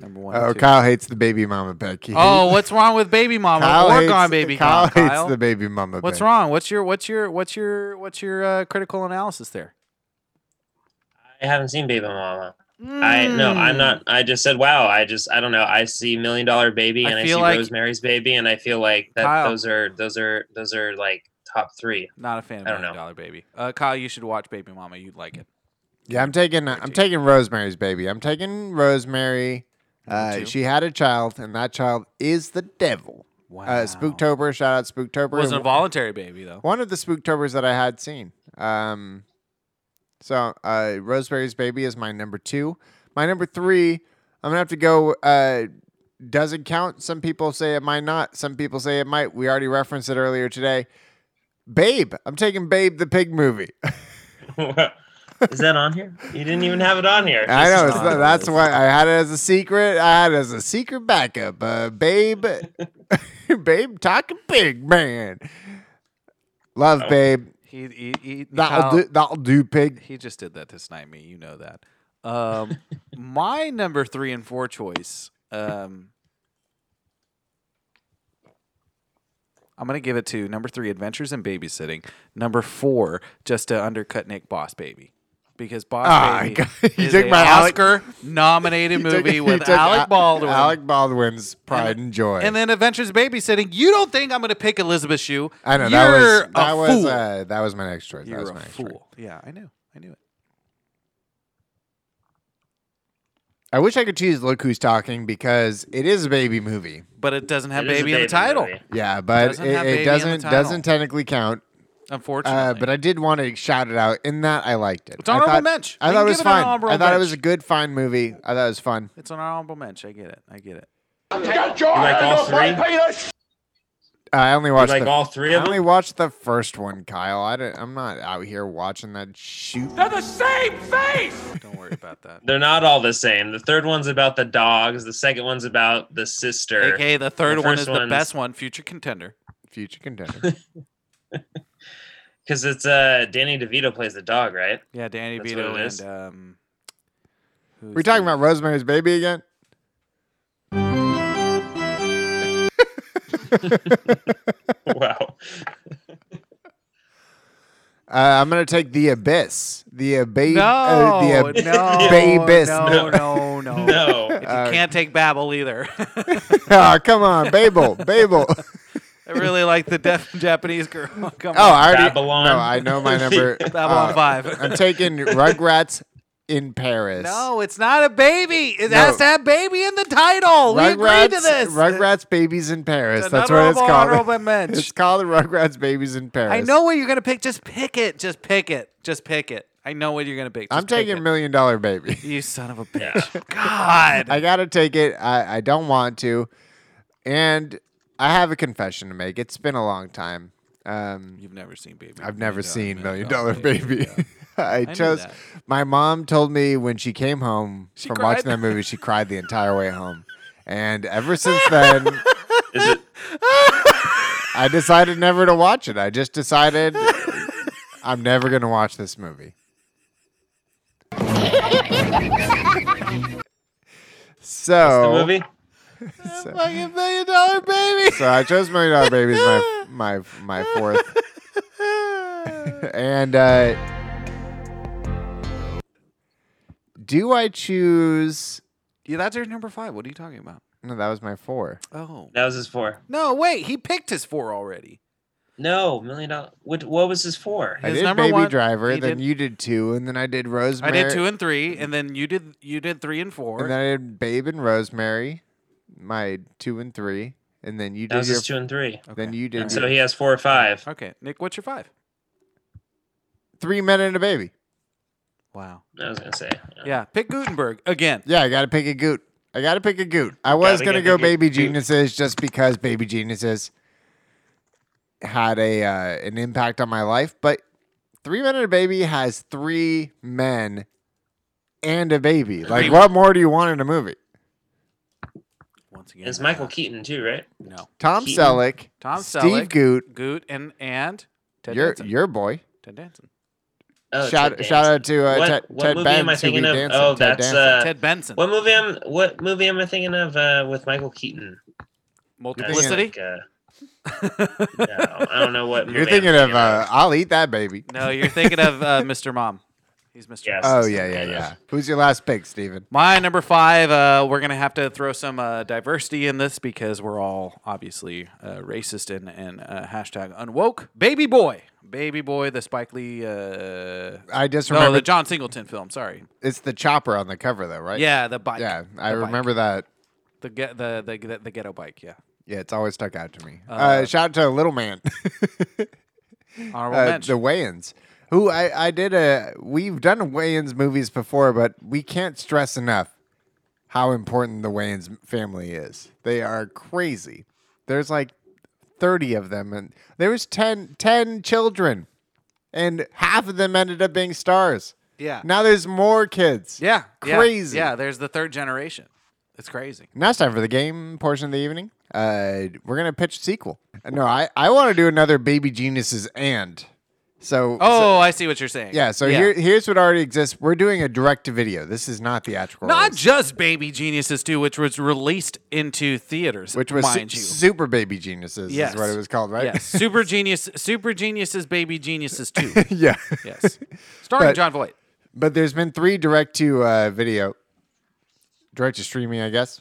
S4: Number one.
S3: Oh,
S4: and two.
S3: Kyle hates the baby mama pick. He-
S4: Oh, what's wrong with Baby Mama
S3: Kyle
S4: or
S3: hates-
S4: Gone Baby
S3: Kyle
S4: Gone?
S3: hates
S4: Kyle?
S3: the baby mama
S4: what's
S3: pick.
S4: wrong? What's your what's your what's your what's your uh, critical analysis there?
S1: I haven't seen Baby Mama. I no, I'm not. I just said, wow. I just, I don't know. I see Million Dollar Baby
S4: I
S1: and I, see
S4: feel like-
S1: Rosemary's Baby, and I feel like that
S4: Kyle.
S1: those are those are those are like top three. *laughs*
S4: Not a fan of
S1: I don't
S4: Million
S1: know.
S4: Dollar Baby. Uh, Kyle, you should watch Baby Mama. You'd like it.
S3: Yeah, I'm taking I'm taking Rosemary's baby. I'm taking Rosemary. Uh,
S4: too.
S3: she had a child, and that child is the devil.
S4: Wow.
S3: Uh, Spooktober, shout out Spooktober.
S4: wasn't a voluntary baby though.
S3: One of the Spooktobers that I had seen. Um, so uh, Rosemary's Baby is my number two. My number three, I'm gonna have to go. Uh, doesn't count. Some people say it might not. Some people say it might. We already referenced it earlier today. Babe, I'm taking Babe the Pig
S1: *laughs*
S3: movie. *laughs*
S1: Is that on here? You didn't even have it on here.
S3: I
S1: This
S3: know.
S1: is
S3: It's
S1: not-
S3: not, that's why I had it as a secret. I had it as a secret backup. Uh,
S1: *laughs*
S3: babe, *laughs* babe, talking pig man. Love,
S1: Uh,
S3: babe.
S4: He, he, he, Kyle-
S3: That'll do, that'll do, pig.
S4: he just did that to snipe me. You know that. Um, *laughs* my number three and four choice. Um, I'm gonna give it to number three, Adventures in Babysitting. Number four, just to undercut Nick Boss Baby. because Boss
S3: Ah,
S4: Baby
S3: God. *laughs* You
S4: is
S3: took
S4: a
S3: my Alec- *laughs*
S4: Oscar-nominated
S3: He took-
S4: movie
S3: he
S4: with
S3: took
S4: Alec
S3: Al-
S4: Baldwin.
S3: Alec Baldwin's Pride and, Joy.
S4: and then Adventures in Babysitting. You don't think I'm going to pick Elizabeth Shue?
S3: I know
S4: You're
S3: that was
S4: a
S3: that was
S4: fool.
S3: Uh, that was my next choice.
S4: You're
S3: that was
S4: a
S3: my next choice.
S4: fool. Yeah, I knew. I knew it.
S3: I wish I could choose Look Who's Talking because it is a baby movie.
S4: But it doesn't have
S1: It is a
S4: baby in the title,
S1: movie.
S3: Yeah, but
S4: Doesn't
S3: it, it
S4: have baby in the
S3: doesn't
S4: title.
S3: doesn't technically count.
S4: unfortunately.
S3: Uh, but I did want to shout it out. In that, I liked it.
S4: It's honorable
S3: I thought,
S4: mention.
S3: I
S4: You
S3: thought
S4: can
S3: it was
S4: give it an
S3: fine.
S4: honorable
S3: I thought it was a
S4: mention.
S3: good, fine movie. I thought it was fun.
S4: it's an honorable mention. I get it. I get it.
S1: You like all three?
S3: Uh, I only
S1: You
S3: watched
S1: like
S3: the,
S1: all three
S3: I
S1: of
S3: only
S1: them?
S3: watched the first one, Kyle. I don't, I'm not out here watching that shoot.
S5: They're the same face!
S4: Don't worry about that.
S1: *laughs* They're not all the same. The third one's about the dogs. The second one's about the sister.
S4: AKA the third one
S1: first
S4: is the
S1: one's-
S4: best one. Future contender.
S3: Future contender.
S1: Because it's uh, Danny DeVito plays the dog, right?
S4: Yeah, Danny
S1: That's what
S4: Vito
S1: it is.
S4: and um. who's
S3: We're talking
S4: the-
S3: about Rosemary's Baby again.
S1: wow.
S3: Uh, I'm gonna take the abyss. The abbey.
S4: No,
S3: uh, the *laughs* ab-
S4: no,
S3: Babis. *laughs*
S4: no, no, no.
S1: *laughs*
S4: *laughs*
S1: No.
S4: If you can't take Babel either. *laughs*
S3: Aw, Oh, come on, Babel, Babel. *laughs* Oh,
S4: I really like the deaf Japanese girl. *laughs* Come
S3: Oh,
S4: on,
S3: I already.
S1: Babylon.
S3: No, I know my number.
S4: Babylon
S3: Uh,
S4: Five.
S3: I'm taking Rugrats in Paris.
S4: No, it's not a baby. It
S3: No.
S4: has to have baby in the title. we agreed to
S3: Rugrats.
S4: this.
S3: Rugrats Babies in Paris.
S4: It's
S3: That's
S4: an
S3: what it's
S4: honorable-
S3: called.
S4: honorable mention.
S3: *laughs* It's called Rugrats Babies in Paris.
S4: I know what you're gonna pick. Just pick it. Just pick it. Just pick it. I know what you're gonna pick.
S3: I'm
S4: Just pick
S3: taking
S4: it.
S3: Million Dollar Baby.
S4: You son of a bitch.
S3: *laughs*
S4: God.
S3: I gotta take it. I, I don't want to, and I have a confession to make. It's been a long time. Um,
S4: You've never seen Baby.
S3: I've never seen Million Dollar Baby. *laughs* I,
S4: knew
S3: chose.
S4: that.
S3: My mom told me when she came home from
S4: cried.
S3: watching that movie, she cried the entire way home, and ever
S4: *laughs*
S3: since then,
S1: Is it,
S3: *laughs* I decided never to watch it. I just decided I'm never gonna watch this movie.
S1: the
S3: So
S1: movie?
S4: Fucking Million Dollar
S3: *laughs*
S4: Baby. *laughs*
S3: So I chose Million Dollar Baby as my my my fourth, and uh, do I choose?
S4: Yeah, that's your number five. What are you talking about?
S3: No, that was my four.
S4: Oh.
S1: That was his four.
S4: No, wait. He picked his four already.
S1: No, million dollar. What, what was his four?
S3: I
S4: His
S3: did
S4: number
S3: Baby
S4: one-
S3: Driver,
S4: he
S3: then
S4: did-
S3: you did two, and then I did Rosemary.
S4: I did two and three, and then you did you did three and four.
S3: Mm-hmm. and then I did Babe and Rosemary, my two and three, and then you
S1: That
S3: did
S1: was
S3: your.
S1: his two and three.
S3: Then you did
S1: And so
S3: your
S1: he has four or five.
S4: okay, Nick, what's your five?
S3: three men and a baby.
S4: Wow.
S1: I was going to say.
S4: Yeah, pick Gutenberg again.
S3: Yeah, I gotta pick a goot. I gotta pick a goot. I was
S1: Gotta
S3: gonna
S1: get
S3: go
S1: the goot.
S3: Baby Geniuses just because Baby Geniuses had a uh, an impact on my life, but Three Men and a Baby has three men and a baby. Like, what more do you want in a movie?
S4: Once again,
S1: And it's Michael
S4: uh,
S1: Keaton, too, right?
S4: No,
S3: Tom
S1: Keaton.
S3: Selleck,
S4: Tom
S3: Steve
S4: Selleck,
S3: Goot,
S4: Goot, and and Ted
S3: your
S4: Danson.
S3: your boy.
S4: Ted Danson.
S1: Oh,
S3: shout
S1: Ted
S3: shout
S1: Danson.
S3: out to uh,
S1: what,
S3: Ted,
S1: what
S3: Ted
S1: movie
S3: Benz.
S1: am I
S3: who
S1: thinking
S3: we
S1: of?
S3: danced in,
S1: oh,
S3: Ted
S1: that's
S3: Danson.
S1: uh,
S4: Ted Benson.
S1: what movie am what movie am I thinking of uh, with Michael Keaton? That's
S4: Multiplicity.
S1: like,
S3: *laughs*
S1: uh, no, I don't know what.
S3: You're
S1: movie I'm
S3: thinking of uh, I'll eat that baby.
S4: No, you're thinking of uh, Mr. Mom. He's Mr.
S1: Yes.
S4: Mom.
S3: Oh yeah, yeah, yeah. Who's your last pick, Steven?
S4: My number five. Uh, we're gonna have to throw some uh, diversity in this because we're all obviously uh, racist and and uh, hashtag unwoke. Baby boy, baby boy, the Spike Lee. Uh,
S3: I just
S4: no,
S3: remember
S4: the John Singleton film. Sorry.
S3: It's the chopper on the cover, though, right?
S4: Yeah, the bike.
S3: Yeah, I
S4: The bike.
S3: remember that.
S4: the get the, the the the ghetto bike. Yeah.
S3: Yeah, it's always stuck out to me. Uh,
S4: Uh,
S3: shout out to Little Man,
S4: Honorable
S3: uh,
S4: mention.
S3: the Wayans, who I, I did a. We've done Wayans movies before, but we can't stress enough how important the Wayans family is. They are crazy. There's like 30 of them, and there was 10, 10 children, and half of them ended up being stars.
S4: Yeah.
S3: Now there's more kids.
S4: Yeah. yeah,
S3: Crazy.
S4: Yeah, there's the third generation. It's crazy.
S3: Now it's time for the game portion of the evening. Uh, we're gonna pitch a sequel. Uh, No, I, I want to do another Baby Geniuses and so so-
S4: Oh, I see what you're saying.
S3: yeah. So here here's what already exists. We're doing a direct to video. This is not theatrical,
S4: Not
S3: release,
S4: just Baby Geniuses 2, which was released into theaters,
S3: which was su-
S4: mind you.
S3: Super Baby Geniuses
S4: Yes.
S3: is what it was called, right?
S4: Yes. Super Genius Super Geniuses Baby Geniuses 2.
S3: *laughs* yeah. *laughs*
S4: yes. Starring
S3: But-
S4: John Voight.
S3: But there's been three direct to uh, video, direct to streaming, I guess.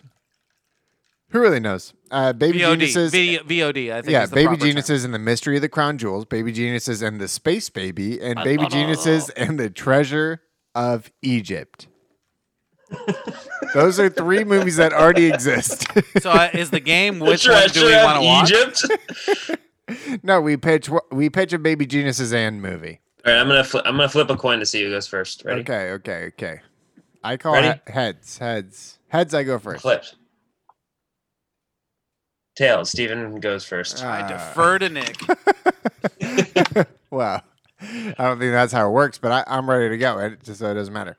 S3: Who really knows? Uh, Baby
S4: VOD,
S3: Geniuses.
S4: v- VOD. I think.
S3: yeah,
S4: is the
S3: Baby
S4: proper term.
S3: Geniuses and the Mystery of the Crown Jewels, Baby Geniuses and the Space Baby, and Baby Geniuses and the Treasure of Egypt. Those are
S4: *laughs*
S3: three movies that already exist. *laughs*
S4: So uh, is the game which one
S1: Treasure
S4: do we
S1: of
S4: want to watch?
S1: Egypt. *laughs*
S3: no, we pitch we pitch a Baby Geniuses and movie.
S1: All right, I'm gonna fli I'm gonna flip a coin to see who goes first. Ready?
S3: Okay, okay, okay. I call
S1: Ready?
S3: he- heads, heads, heads. I go first.
S1: Flipped. Tails. Steven goes
S3: Uh,
S1: first.
S4: I defer
S3: *laughs*
S4: to Nick.
S3: Well, I don't think that's how it works, but I, I'm ready to go. It just so it doesn't matter.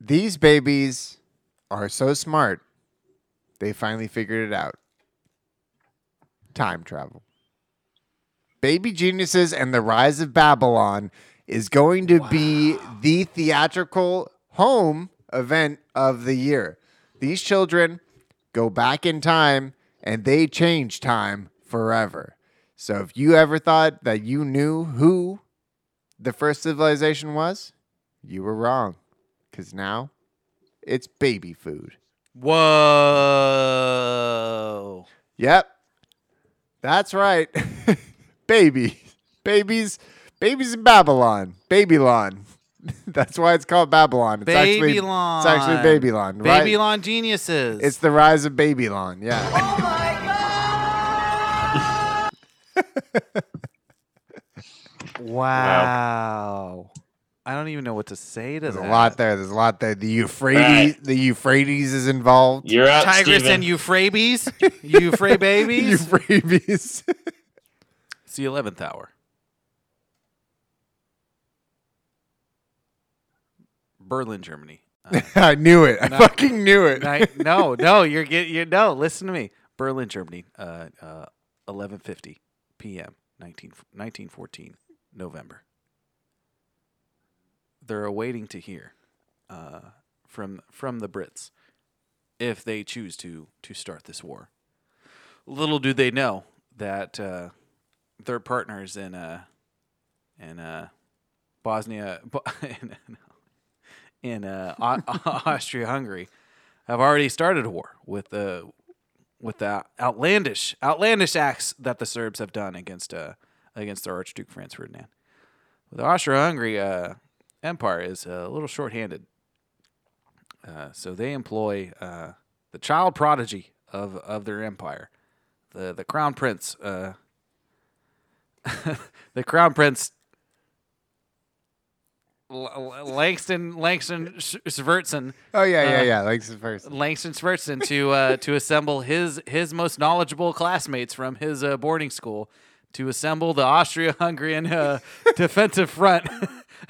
S3: These babies are so smart, they finally figured it out. Time travel. Baby Geniuses and the Rise of Babylon is going to be the theatrical home event of the year. These children go back in time and they change time forever. So if you ever thought that you knew who the first civilization was, you were wrong because now it's baby food.
S4: Whoa.
S3: Yep. That's right. *laughs* Baby. Babies. Babies in Babylon. Babylon. *laughs* That's why it's called Babylon. It's actually
S4: Babylon.
S3: It's actually Babylon, right?
S4: Babylon geniuses.
S3: It's the rise of Babylon, yeah.
S4: wow. I don't even know what to say to
S3: There's a
S4: that.
S3: lot there. There's a lot there. The Euphrates the Euphrates is involved.
S1: You're out,
S4: Tigris
S1: Steven.
S4: and Euphrates, Euphrates babies.
S3: Euphrates. *laughs*
S4: It's the eleventh hour. Berlin, *laughs* Germany. Uh,
S3: I knew it. I fucking knew it.
S4: I- no, no, you're get you no. Listen to me, Berlin, Germany. Uh, uh, eleven fifty p.m. 19, 1914, November. They're awaiting to hear uh, from from the Brits if they choose to to start this war. Little do they know that uh, their partners in uh, in uh, Bosnia *laughs* Bo- in, in uh, *laughs* Austria Hungary have already started a war with the with the outlandish outlandish acts that the Serbs have done against uh against their Archduke Franz Ferdinand. The Austro-Hungary uh, Empire is a little short-handed, uh, so they employ uh, the child prodigy of of their empire, the the crown prince. Uh, *laughs* the crown prince L- L- Langston Langston Sh- Svertson
S3: *laughs* Oh yeah, yeah,
S4: Uh,
S3: yeah. Like the first.
S4: Langston Svertson to *laughs* uh, to assemble his his most knowledgeable classmates from his uh, boarding school to assemble the Austria-Hungarian *laughs* uh, defensive front.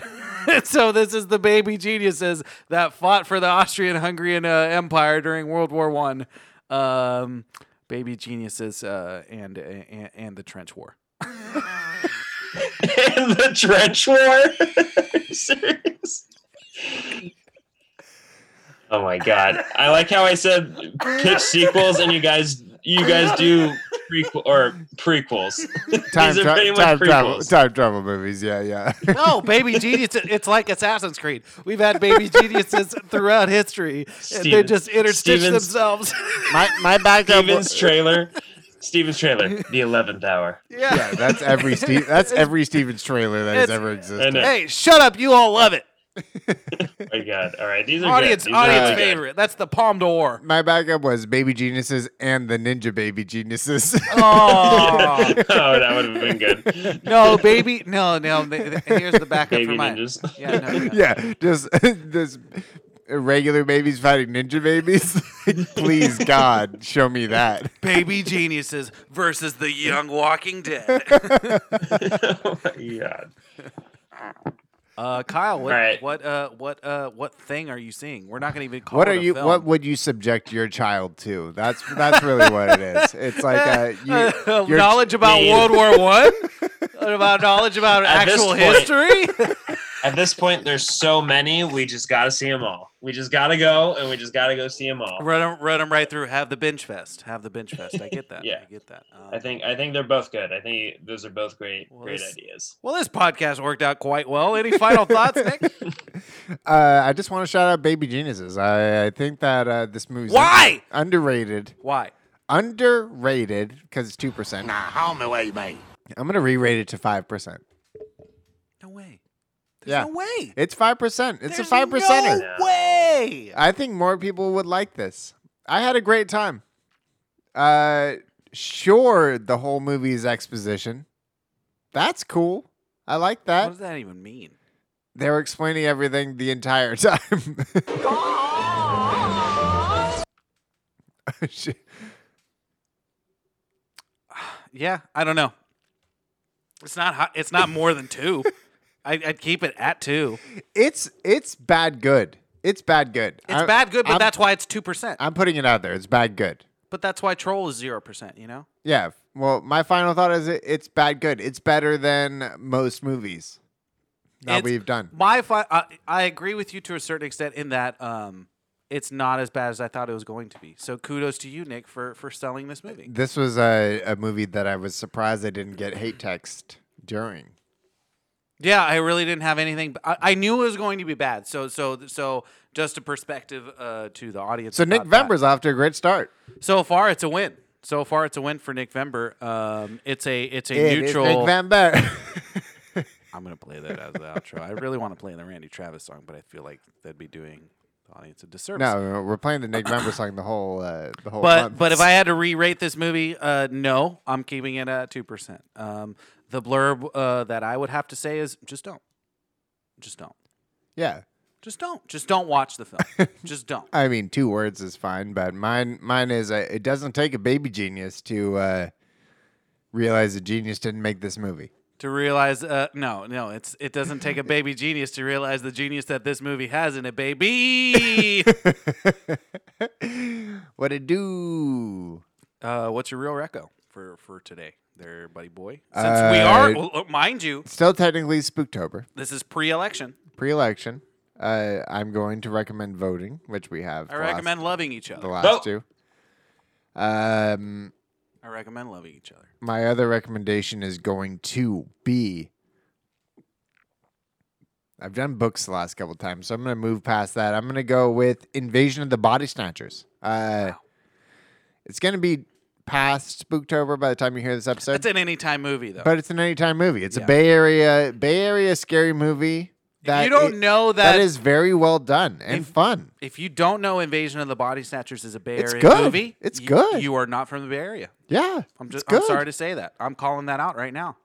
S4: *laughs* so this is the baby geniuses that fought for the Austrian-Hungarian uh, Empire during World War One. Um, baby geniuses uh, and, and and the trench war.
S1: *laughs* in the trench war. *laughs* Are you serious? Oh my god! I like how I said pitch sequels, and you guys, you guys do prequel or prequels.
S3: Time,
S1: These are
S3: tra-
S1: pretty much
S3: time travel.
S1: prequels.
S3: Time travel movies. Yeah, yeah.
S4: No, baby geniuses. It's like Assassin's Creed. We've had baby geniuses throughout history. and They
S1: Steven-
S4: just interstitch
S1: Steven's-
S4: themselves. *laughs*
S3: my my backup.
S1: Steven's trailer. Steven's trailer. The eleventh hour.
S3: yeah, that's every
S4: *laughs*
S3: Steve. That's every Stevens trailer that has
S4: It's-
S3: ever
S1: I
S3: existed.
S4: *laughs*
S1: know.
S4: Hey, shut up! You all love it.
S1: Oh my god! All right, these are
S4: Audience,
S1: good. These are
S4: audience
S1: really good.
S4: favorite. That's the Palm d'Or.
S3: My backup was Baby Geniuses and the Ninja Baby Geniuses.
S4: *laughs* Oh
S1: *laughs* Oh, that would have been good.
S4: no, *laughs* baby! No, no. th- th- Here's the backup
S1: Baby
S4: for mine.
S1: ninjas.
S4: Yeah, no,
S1: *laughs*
S4: no.
S3: *laughs* yeah, just *laughs* just regular babies fighting ninja babies. *laughs* Please God, show me
S4: *laughs*
S3: that.
S4: Baby geniuses versus the young Walking
S1: *laughs*
S4: Dead.
S1: oh my god!
S4: Uh, Kyle, what,
S1: All right.
S4: what, uh, what, uh, what thing are you seeing? We're not going to even call
S3: What
S4: it
S3: are
S4: a
S3: you?
S4: film.
S3: What
S4: *laughs*
S3: would you subject your child to? That's that's really what it is. It's like
S4: *laughs*
S3: uh you, your
S4: knowledge about
S3: *laughs*
S1: Made.
S4: World War One? about knowledge about
S1: At this
S4: actual
S1: point-
S4: history?
S1: At this point, there's so many. We just got to see them all. We just got to go and we just got to go see them all.
S4: *laughs* Run them, right through. Have the binge fest. Have the binge fest. I get that.
S1: Yeah.
S4: I get that. Um,
S1: I think I think they're both good. I think those are both great
S4: Well,
S1: great
S4: this-
S1: ideas.
S4: Well, this podcast worked out quite well. Any
S3: *laughs*
S4: final thoughts, Nick?
S3: Uh, I just want to shout out Baby Geniuses. I, I think that uh, this movie's
S4: Why?
S3: underrated.
S4: Why?
S3: Underrated because it's 2%.
S5: Now, home away, mate.
S3: I'm going to re rate it to 5%.
S4: No way. There's
S3: Yeah.
S4: no way.
S3: It's 5%. It's
S4: There's
S3: a 5 percenter.
S4: No way.
S3: I think more people would like this. I had a great time. Uh, sure, the whole movie is exposition. That's cool. I like
S4: What
S3: that.
S4: does that even mean?
S3: They were explaining everything the entire *laughs* time. *laughs* Shit.
S4: Yeah, I don't know. It's not hot. It's not more
S3: *laughs*
S4: than two. I, I'd keep it at two.
S3: it's it's bad good. It's bad good.
S4: It's
S3: I-
S4: bad good, but
S3: I'm-
S4: that's why it's two percent.
S3: I'm putting it out there. It's bad good.
S4: But that's why troll is zero percent. You know.
S3: Yeah. Well, my final thought is it, it's bad good. It's better than most movies that
S4: It's-
S3: we've done.
S4: My fi- I, I agree with you to a certain extent in that um, it's not as bad as I thought it was going to be. So kudos to you, Nick, for for selling this movie.
S3: This was a, a movie that I was surprised I didn't get hate text during.
S4: Yeah, I really didn't have anything. But I, I knew it was going to be bad. So so so just a perspective uh, to the audience.
S3: So Nick
S4: about that.
S3: Vember's off to a great start.
S4: So far, it's a win. So far, it's a win for Nick Vember. Um, it's a it's a
S3: It is
S4: neutral.
S3: Nick Vember.
S4: I'm gonna play that as the outro. I really want to play the Randy Travis song, but I feel like that'd be doing the audience a disservice.
S3: no, *laughs* no, we're playing the Nick Vember song the whole uh, the whole.
S4: But
S3: month.
S4: but if I had to re-rate this movie, uh, no, I'm keeping it at two percent. Um, the blurb uh, that I would have to say is just don't, just don't,
S3: yeah,
S4: just don't, just don't watch
S3: *laughs*
S4: the film. just don't.
S3: I mean two words is fine, but mine mine is uh, it doesn't take a baby genius to uh, realize a genius didn't make this movie.
S4: to realize uh, no no it's it doesn't take a baby *laughs* genius to realize the genius that this movie has in it
S3: *laughs*
S4: baby
S3: what it do?
S4: uh, what's your real reco for for today there buddy boy since we are
S3: Uh,
S4: well, uh, mind you
S3: Still technically Spooktober.
S4: this is pre-election
S3: pre-election. Uh, I'm going to recommend voting, which we have.
S4: i
S3: the
S4: recommend loving each
S3: last, the
S4: other
S3: last
S1: Vote.
S3: two. Um,
S4: i recommend loving each other
S3: my other recommendation is going to be. I've done books the last couple times, so I'm going to move past that. I'm going to go with Invasion of the Body Snatchers. Uh, It's going to be past Spooktober by the time you hear this episode.
S4: that's an anytime movie though
S3: But it's an anytime movie. It's
S4: Yeah.
S3: a Bay Area Bay Area scary movie. That
S4: you don't
S3: i-
S4: know that-
S3: that is very well done and
S4: If-
S3: fun.
S4: if you don't know invasion of the body snatchers is a bay
S3: It's
S4: area
S3: good.
S4: movie
S3: It's
S4: you-
S3: good.
S4: you are not from the bay area
S3: Yeah,
S4: i'm
S3: it's
S4: just
S3: good.
S4: i'm sorry to say that i'm calling that out right now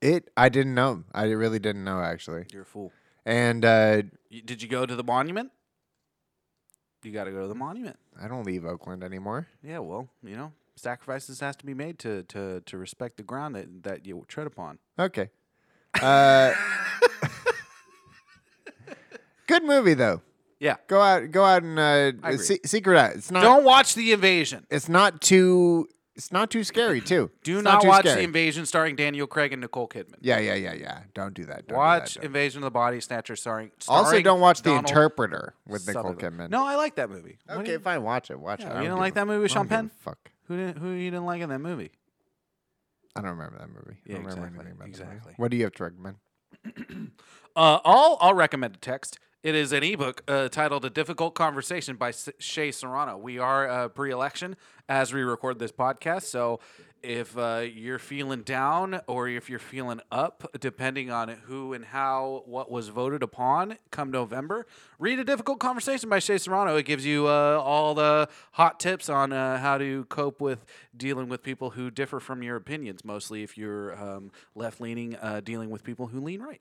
S3: It. I didn't know. I really didn't know actually.
S4: you're a fool
S3: And uh,
S4: You- did you go to the monument you got to go to the monument
S3: I don't leave Oakland anymore.
S4: Yeah, well, you know, sacrifices has to be made to to to respect the ground that that you tread upon.
S3: Okay. Uh, *laughs* good movie though.
S4: Yeah.
S3: Go out. Go out and
S4: I
S3: uh,
S4: agree.
S3: se- secret out. It's not.
S4: Don't watch the invasion.
S3: It's not too. It's not too scary too.
S4: Do
S3: It's
S4: not,
S3: too
S4: watch the
S3: scary.
S4: invasion starring Daniel Craig and Nicole Kidman.
S3: Yeah, yeah, yeah, yeah. Don't do that. Don't do that,
S4: watch
S3: don't do
S4: Invasion of the Body Snatcher starring.
S3: Also,
S4: starring
S3: don't watch
S4: Donald
S3: The Interpreter with Nicole
S4: Sutherland.
S3: Kidman.
S4: No, I like that movie. What do
S3: Okay,
S4: you-
S3: fine. Watch it. Watch
S4: Yeah,
S3: it.
S4: you
S3: I
S4: don't
S3: give
S4: like
S3: a-
S4: that movie with
S3: I don't
S4: Sean
S3: give a Fuck.
S4: Who didn't, who you didn't like in that movie?
S3: I don't remember that movie.
S4: Yeah,
S3: I don't remember
S4: exactly,
S3: anything about that movie.
S4: exactly.
S3: What do you have to recommend?
S4: Uh, I'll I'll recommend a text. It is an ebook uh, titled "A Difficult Conversation" by S- Shay Serrano. We are uh, pre-election as we record this podcast, so if uh, you're feeling down or if you're feeling up, depending on who and how what was voted upon, come November, read "A Difficult Conversation" by Shay Serrano. It gives you uh, all the hot tips on uh, how to cope with dealing with people who differ from your opinions, mostly if you're um, left-leaning, uh, dealing with people who lean right.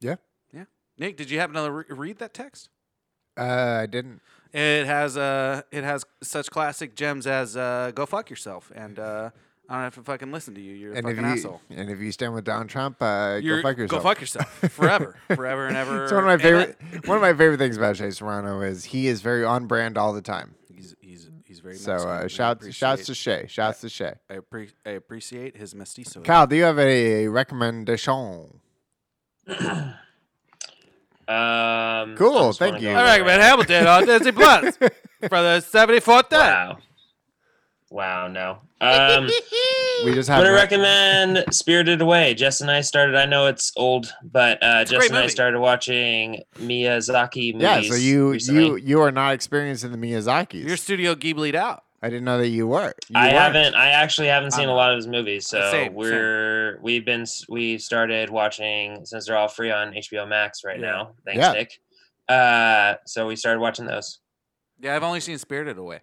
S3: Yeah.
S4: Yeah. Nick, did you happen to re- read that text?
S3: Uh, I didn't.
S4: It has uh, it has such classic gems as uh, "Go fuck yourself" and uh, I don't have to fucking listen to you. You're a
S3: and
S4: fucking
S3: if you
S4: asshole.
S3: and if you stand with Donald Trump, uh,
S4: You're-
S3: go fuck yourself.
S4: Go fuck yourself
S3: *laughs*
S4: forever, forever and ever.
S3: It's one of my
S4: and
S3: favorite.
S4: that-
S3: one of my favorite things about Jay Serrano is he is very on brand all the time.
S4: he's he's he's very
S3: So
S4: Mexican, and I
S3: uh, shouts shouts to
S4: appreciate-
S3: Shay. Shouts to Shay.
S4: I, appre- I appreciate his mestizo.
S3: Kyle, do you have a recommendation?
S1: Um,
S3: Cool,
S1: I just
S3: thank
S1: wanna
S3: you.
S1: go
S4: I
S3: All
S1: there.
S4: recommend Hamilton on
S3: *laughs*
S4: Disney Plus for the 74th time.
S1: Wow.
S4: *laughs*
S1: Wow, no. Um,
S3: We just
S1: I'm
S3: have
S1: going to recommend Spirited Away. Jess and I started, I know it's old, but uh,
S4: a
S1: Jess
S4: great
S1: and I
S4: movie.
S1: started watching Miyazaki movies.
S3: Yeah, so you
S1: recently.
S3: you you are not experiencing the Miyazakis.
S4: Your studio Ghibli'd out.
S3: I didn't know that you were. You
S1: I
S3: weren't.
S1: haven't. I actually haven't seen
S4: I'm
S1: a lot of his movies. So
S4: Same, same.
S1: we're we've been s- we started watching since they're all free on HBO Max right
S4: Yeah.
S1: now. Thanks,
S3: Yeah.
S1: Nick. Uh, so we started watching those.
S4: Yeah, I've only seen Spirited Away.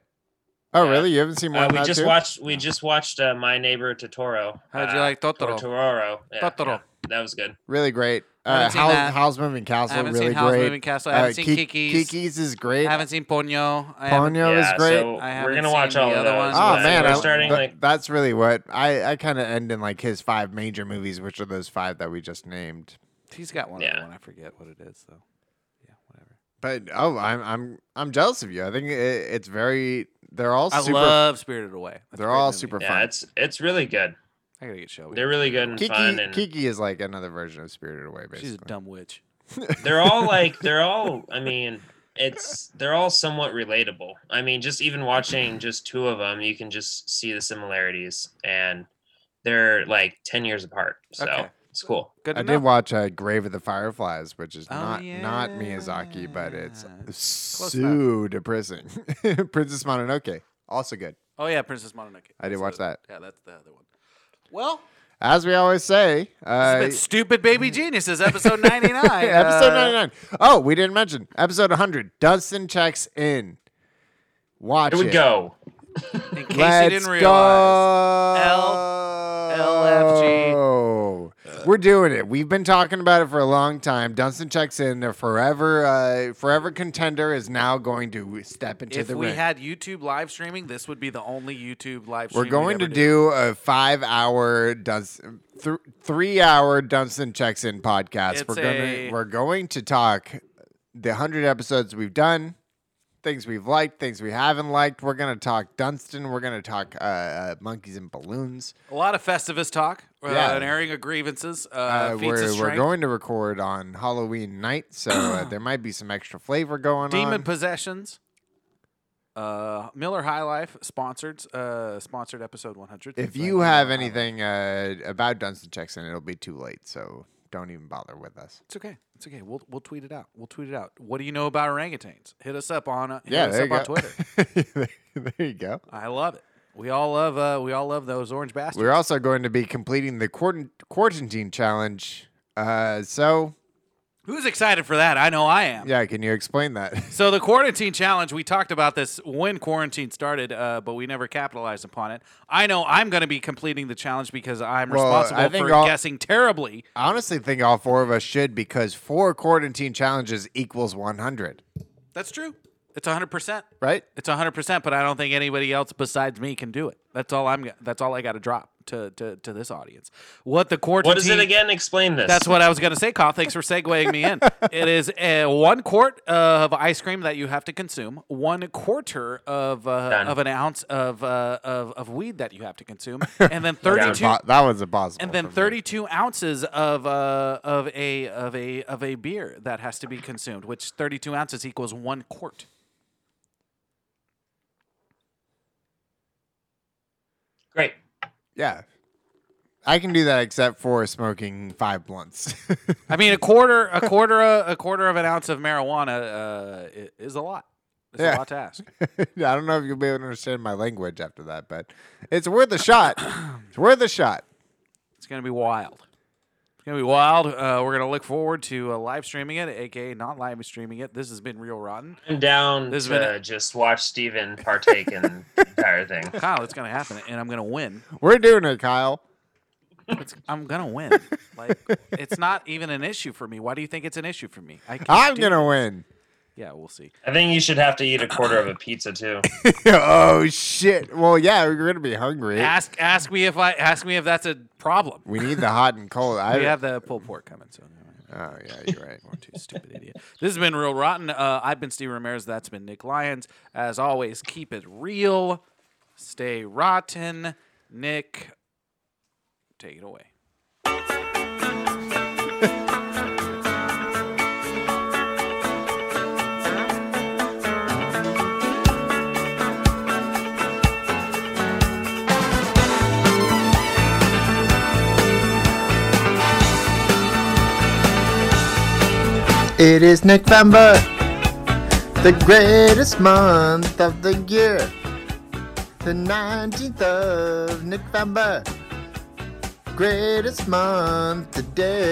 S3: Oh, really? You haven't seen one?
S1: Uh,
S3: of
S1: we
S3: that
S1: just
S3: too?
S1: watched. We just watched uh, My Neighbor Totoro.
S4: How'd you
S1: uh,
S4: like Totoro?
S1: or Tororo. Yeah,
S4: Totoro.
S1: yeah, that was good.
S3: Really great.
S4: I haven't
S3: Uh,
S4: seen
S3: Howl,
S4: that.
S3: Howl's Moving
S4: I
S3: Castle,
S4: haven't
S3: really
S4: seen House
S3: great.
S4: Moving Castle. I
S3: Uh,
S4: haven't seen
S3: Ki-
S4: Kiki's.
S3: Kiki's is
S4: I
S3: great.
S4: haven't seen Ponyo. I haven't-
S3: Ponyo is
S1: yeah,
S3: great.
S1: So
S4: I
S1: we're
S4: haven't
S1: gonna
S4: seen
S1: watch all
S4: the
S1: of
S4: other
S1: those.
S4: ones,
S3: Oh
S4: but-
S3: man,
S1: we're
S3: I,
S1: starting
S3: th-
S1: like
S3: that's really what I, I kind of end in like his five major movies, which are those five that we just named.
S4: He's got one
S1: Yeah.
S4: other one. I forget what it is though. Yeah, whatever.
S3: But oh, I'm I'm I'm jealous of you. I think it, it's very. They're all
S4: I
S3: super.
S4: love Spirited Away. That's a
S3: they're
S4: great
S3: all
S4: movie.
S3: super
S1: yeah,
S3: fun.
S1: it's it's really good.
S4: I gotta get Shelby.
S1: They're really good and fun,
S3: Kiki
S1: and
S3: Kiki is like another version of Spirited Away, basically.
S4: She's a dumb witch.
S1: they're
S4: *laughs*
S1: all like they're all. I mean, it's they're all somewhat relatable. I mean, just even watching just two of them, you can just see the similarities, and they're like ten years apart. So
S4: Okay.
S1: it's cool.
S4: Good
S3: I
S4: to
S3: did
S4: know.
S3: watch uh, Grave of the Fireflies, which is
S4: Oh,
S3: not not Miyazaki, but it's
S4: yeah.
S3: so depressing. *laughs* Princess Mononoke, also good.
S4: Oh yeah, Princess Mononoke.
S3: I did
S4: That's
S3: watch
S4: the-
S3: that.
S4: Yeah, that's the other one. Well,
S3: As we always say,
S4: this has
S3: uh,
S4: been Stupid Baby Geniuses, episode 99.
S3: *laughs* episode
S4: Uh,
S3: 99. Oh, we didn't mention episode 100. Dustin checks in. Watch
S1: Here we
S3: it.
S1: go.
S4: In case
S3: Let's
S4: you didn't realize.
S3: go.
S4: L-
S3: Oh. We're doing it. We've been talking about it for a long time. Dunstan checks in. The forever, uh, forever contender is now going to step into
S4: If
S3: the
S4: we
S3: ring.
S4: had YouTube live streaming, this would be the only YouTube live stream.
S3: We're going to
S4: we'd ever
S3: do a five-hour Dunstan, th- three-hour Dunstan checks in podcast.
S4: It's
S3: we're going
S4: a-
S3: to we're going to talk the hundred episodes we've done, things we've liked, things we haven't liked. We're going to talk Dunstan. We're going to talk uh, uh, monkeys and balloons.
S4: A lot of Festivus talk, uh,
S3: Yeah.
S4: an airing of grievances, uh,
S3: Uh,
S4: feats of
S3: we're, we're
S4: strength.
S3: going to record on Halloween night, so
S4: *clears throat*
S3: uh, there might be some extra flavor going
S4: Demon
S3: on.
S4: Possessions. Uh, Miller High Life sponsored uh, sponsored episode 100.
S3: If
S4: Thanks, thank
S3: you have
S4: Miller High Life.
S3: anything uh, about Dunstan checks in, it'll be too late, so don't even bother with us.
S4: It's okay. It's okay. We'll we'll tweet it out. We'll tweet it out. What do you know about orangutans? Hit us up on uh, hit
S3: Yeah,
S4: us
S3: there
S4: up
S3: you
S4: on
S3: go.
S4: Twitter.
S3: there, *laughs* there you go.
S4: I love it. We all love uh we all love those orange bastards.
S3: We're also going to be completing the quarant- quarantine challenge. Uh, so
S4: Who's excited for that? I know I am.
S3: yeah, can you explain that? *laughs*
S4: So the quarantine challenge, we talked about this when quarantine started, uh, but we never capitalized upon it. I know I'm going to be completing the challenge because I'm
S3: Well,
S4: responsible
S3: I think
S4: for
S3: all-
S4: guessing terribly.
S3: I honestly think all four of us should because four quarantine challenges equals one hundred,
S4: That's true. It's 100%.
S3: right?
S4: It's 100%, but I don't think anybody else besides me can do it. That's all I'm that's all I got to drop to, to to this audience. What the quarantine
S1: What is it again? Explain this.
S4: That's what I was going to say, Kyle. Thanks for segueing me in.
S1: *laughs*
S4: It is uh, one quart of ice cream that you have to consume, one quarter of uh,
S1: Done.
S4: of an ounce of, uh, of of weed that you have to
S1: *laughs*
S4: consume, and then
S3: That
S4: thirty
S3: was
S4: two.
S3: impo- That was impossible.
S4: And then
S3: for me.
S4: 32 ounces of uh, of a of a of a beer that has to be consumed, which 32 ounces equals one quart.
S1: great.
S3: Yeah, I can do that except for smoking five blunts. *laughs*
S4: I mean, a quarter a quarter a, a quarter of an ounce of marijuana uh, i- is a lot. It's
S3: Yeah.
S4: a lot to ask.
S3: I don't know if you'll be able to understand my language after that, but it's worth a shot. it's worth a shot.
S4: It's gonna be wild. It's gonna be wild. Uh, we're gonna look forward to uh, live streaming it, aka not live streaming it. This has been real rotten.
S1: I'm down
S4: This has
S1: to
S4: been
S1: just watch Steven partake in the
S4: *laughs*
S1: entire thing.
S4: Kyle, it's gonna happen, and I'm gonna win.
S3: We're doing it, Kyle.
S4: It's, I'm gonna win. Like it's not even an issue for me. Why do you think it's an issue for me? I can
S3: I'm
S4: do-
S3: gonna win. *laughs*
S4: Yeah, we'll see.
S1: I think you should have to eat a quarter of a pizza too.
S3: oh shit! Well, yeah, we're gonna be hungry.
S4: Ask ask me if I ask me if that's a problem.
S3: We need the hot and cold. I,
S4: We have the pulled pork coming, so.
S3: oh yeah, you're right.
S4: We're too stupid idiot. This has been real rotten. Uh, I've been Steve Ramirez. That's been Nick Lyons. As always, keep it real, stay rotten. Nick, take it away.
S3: It is November, the greatest month of the year. The 19th of November, greatest month today.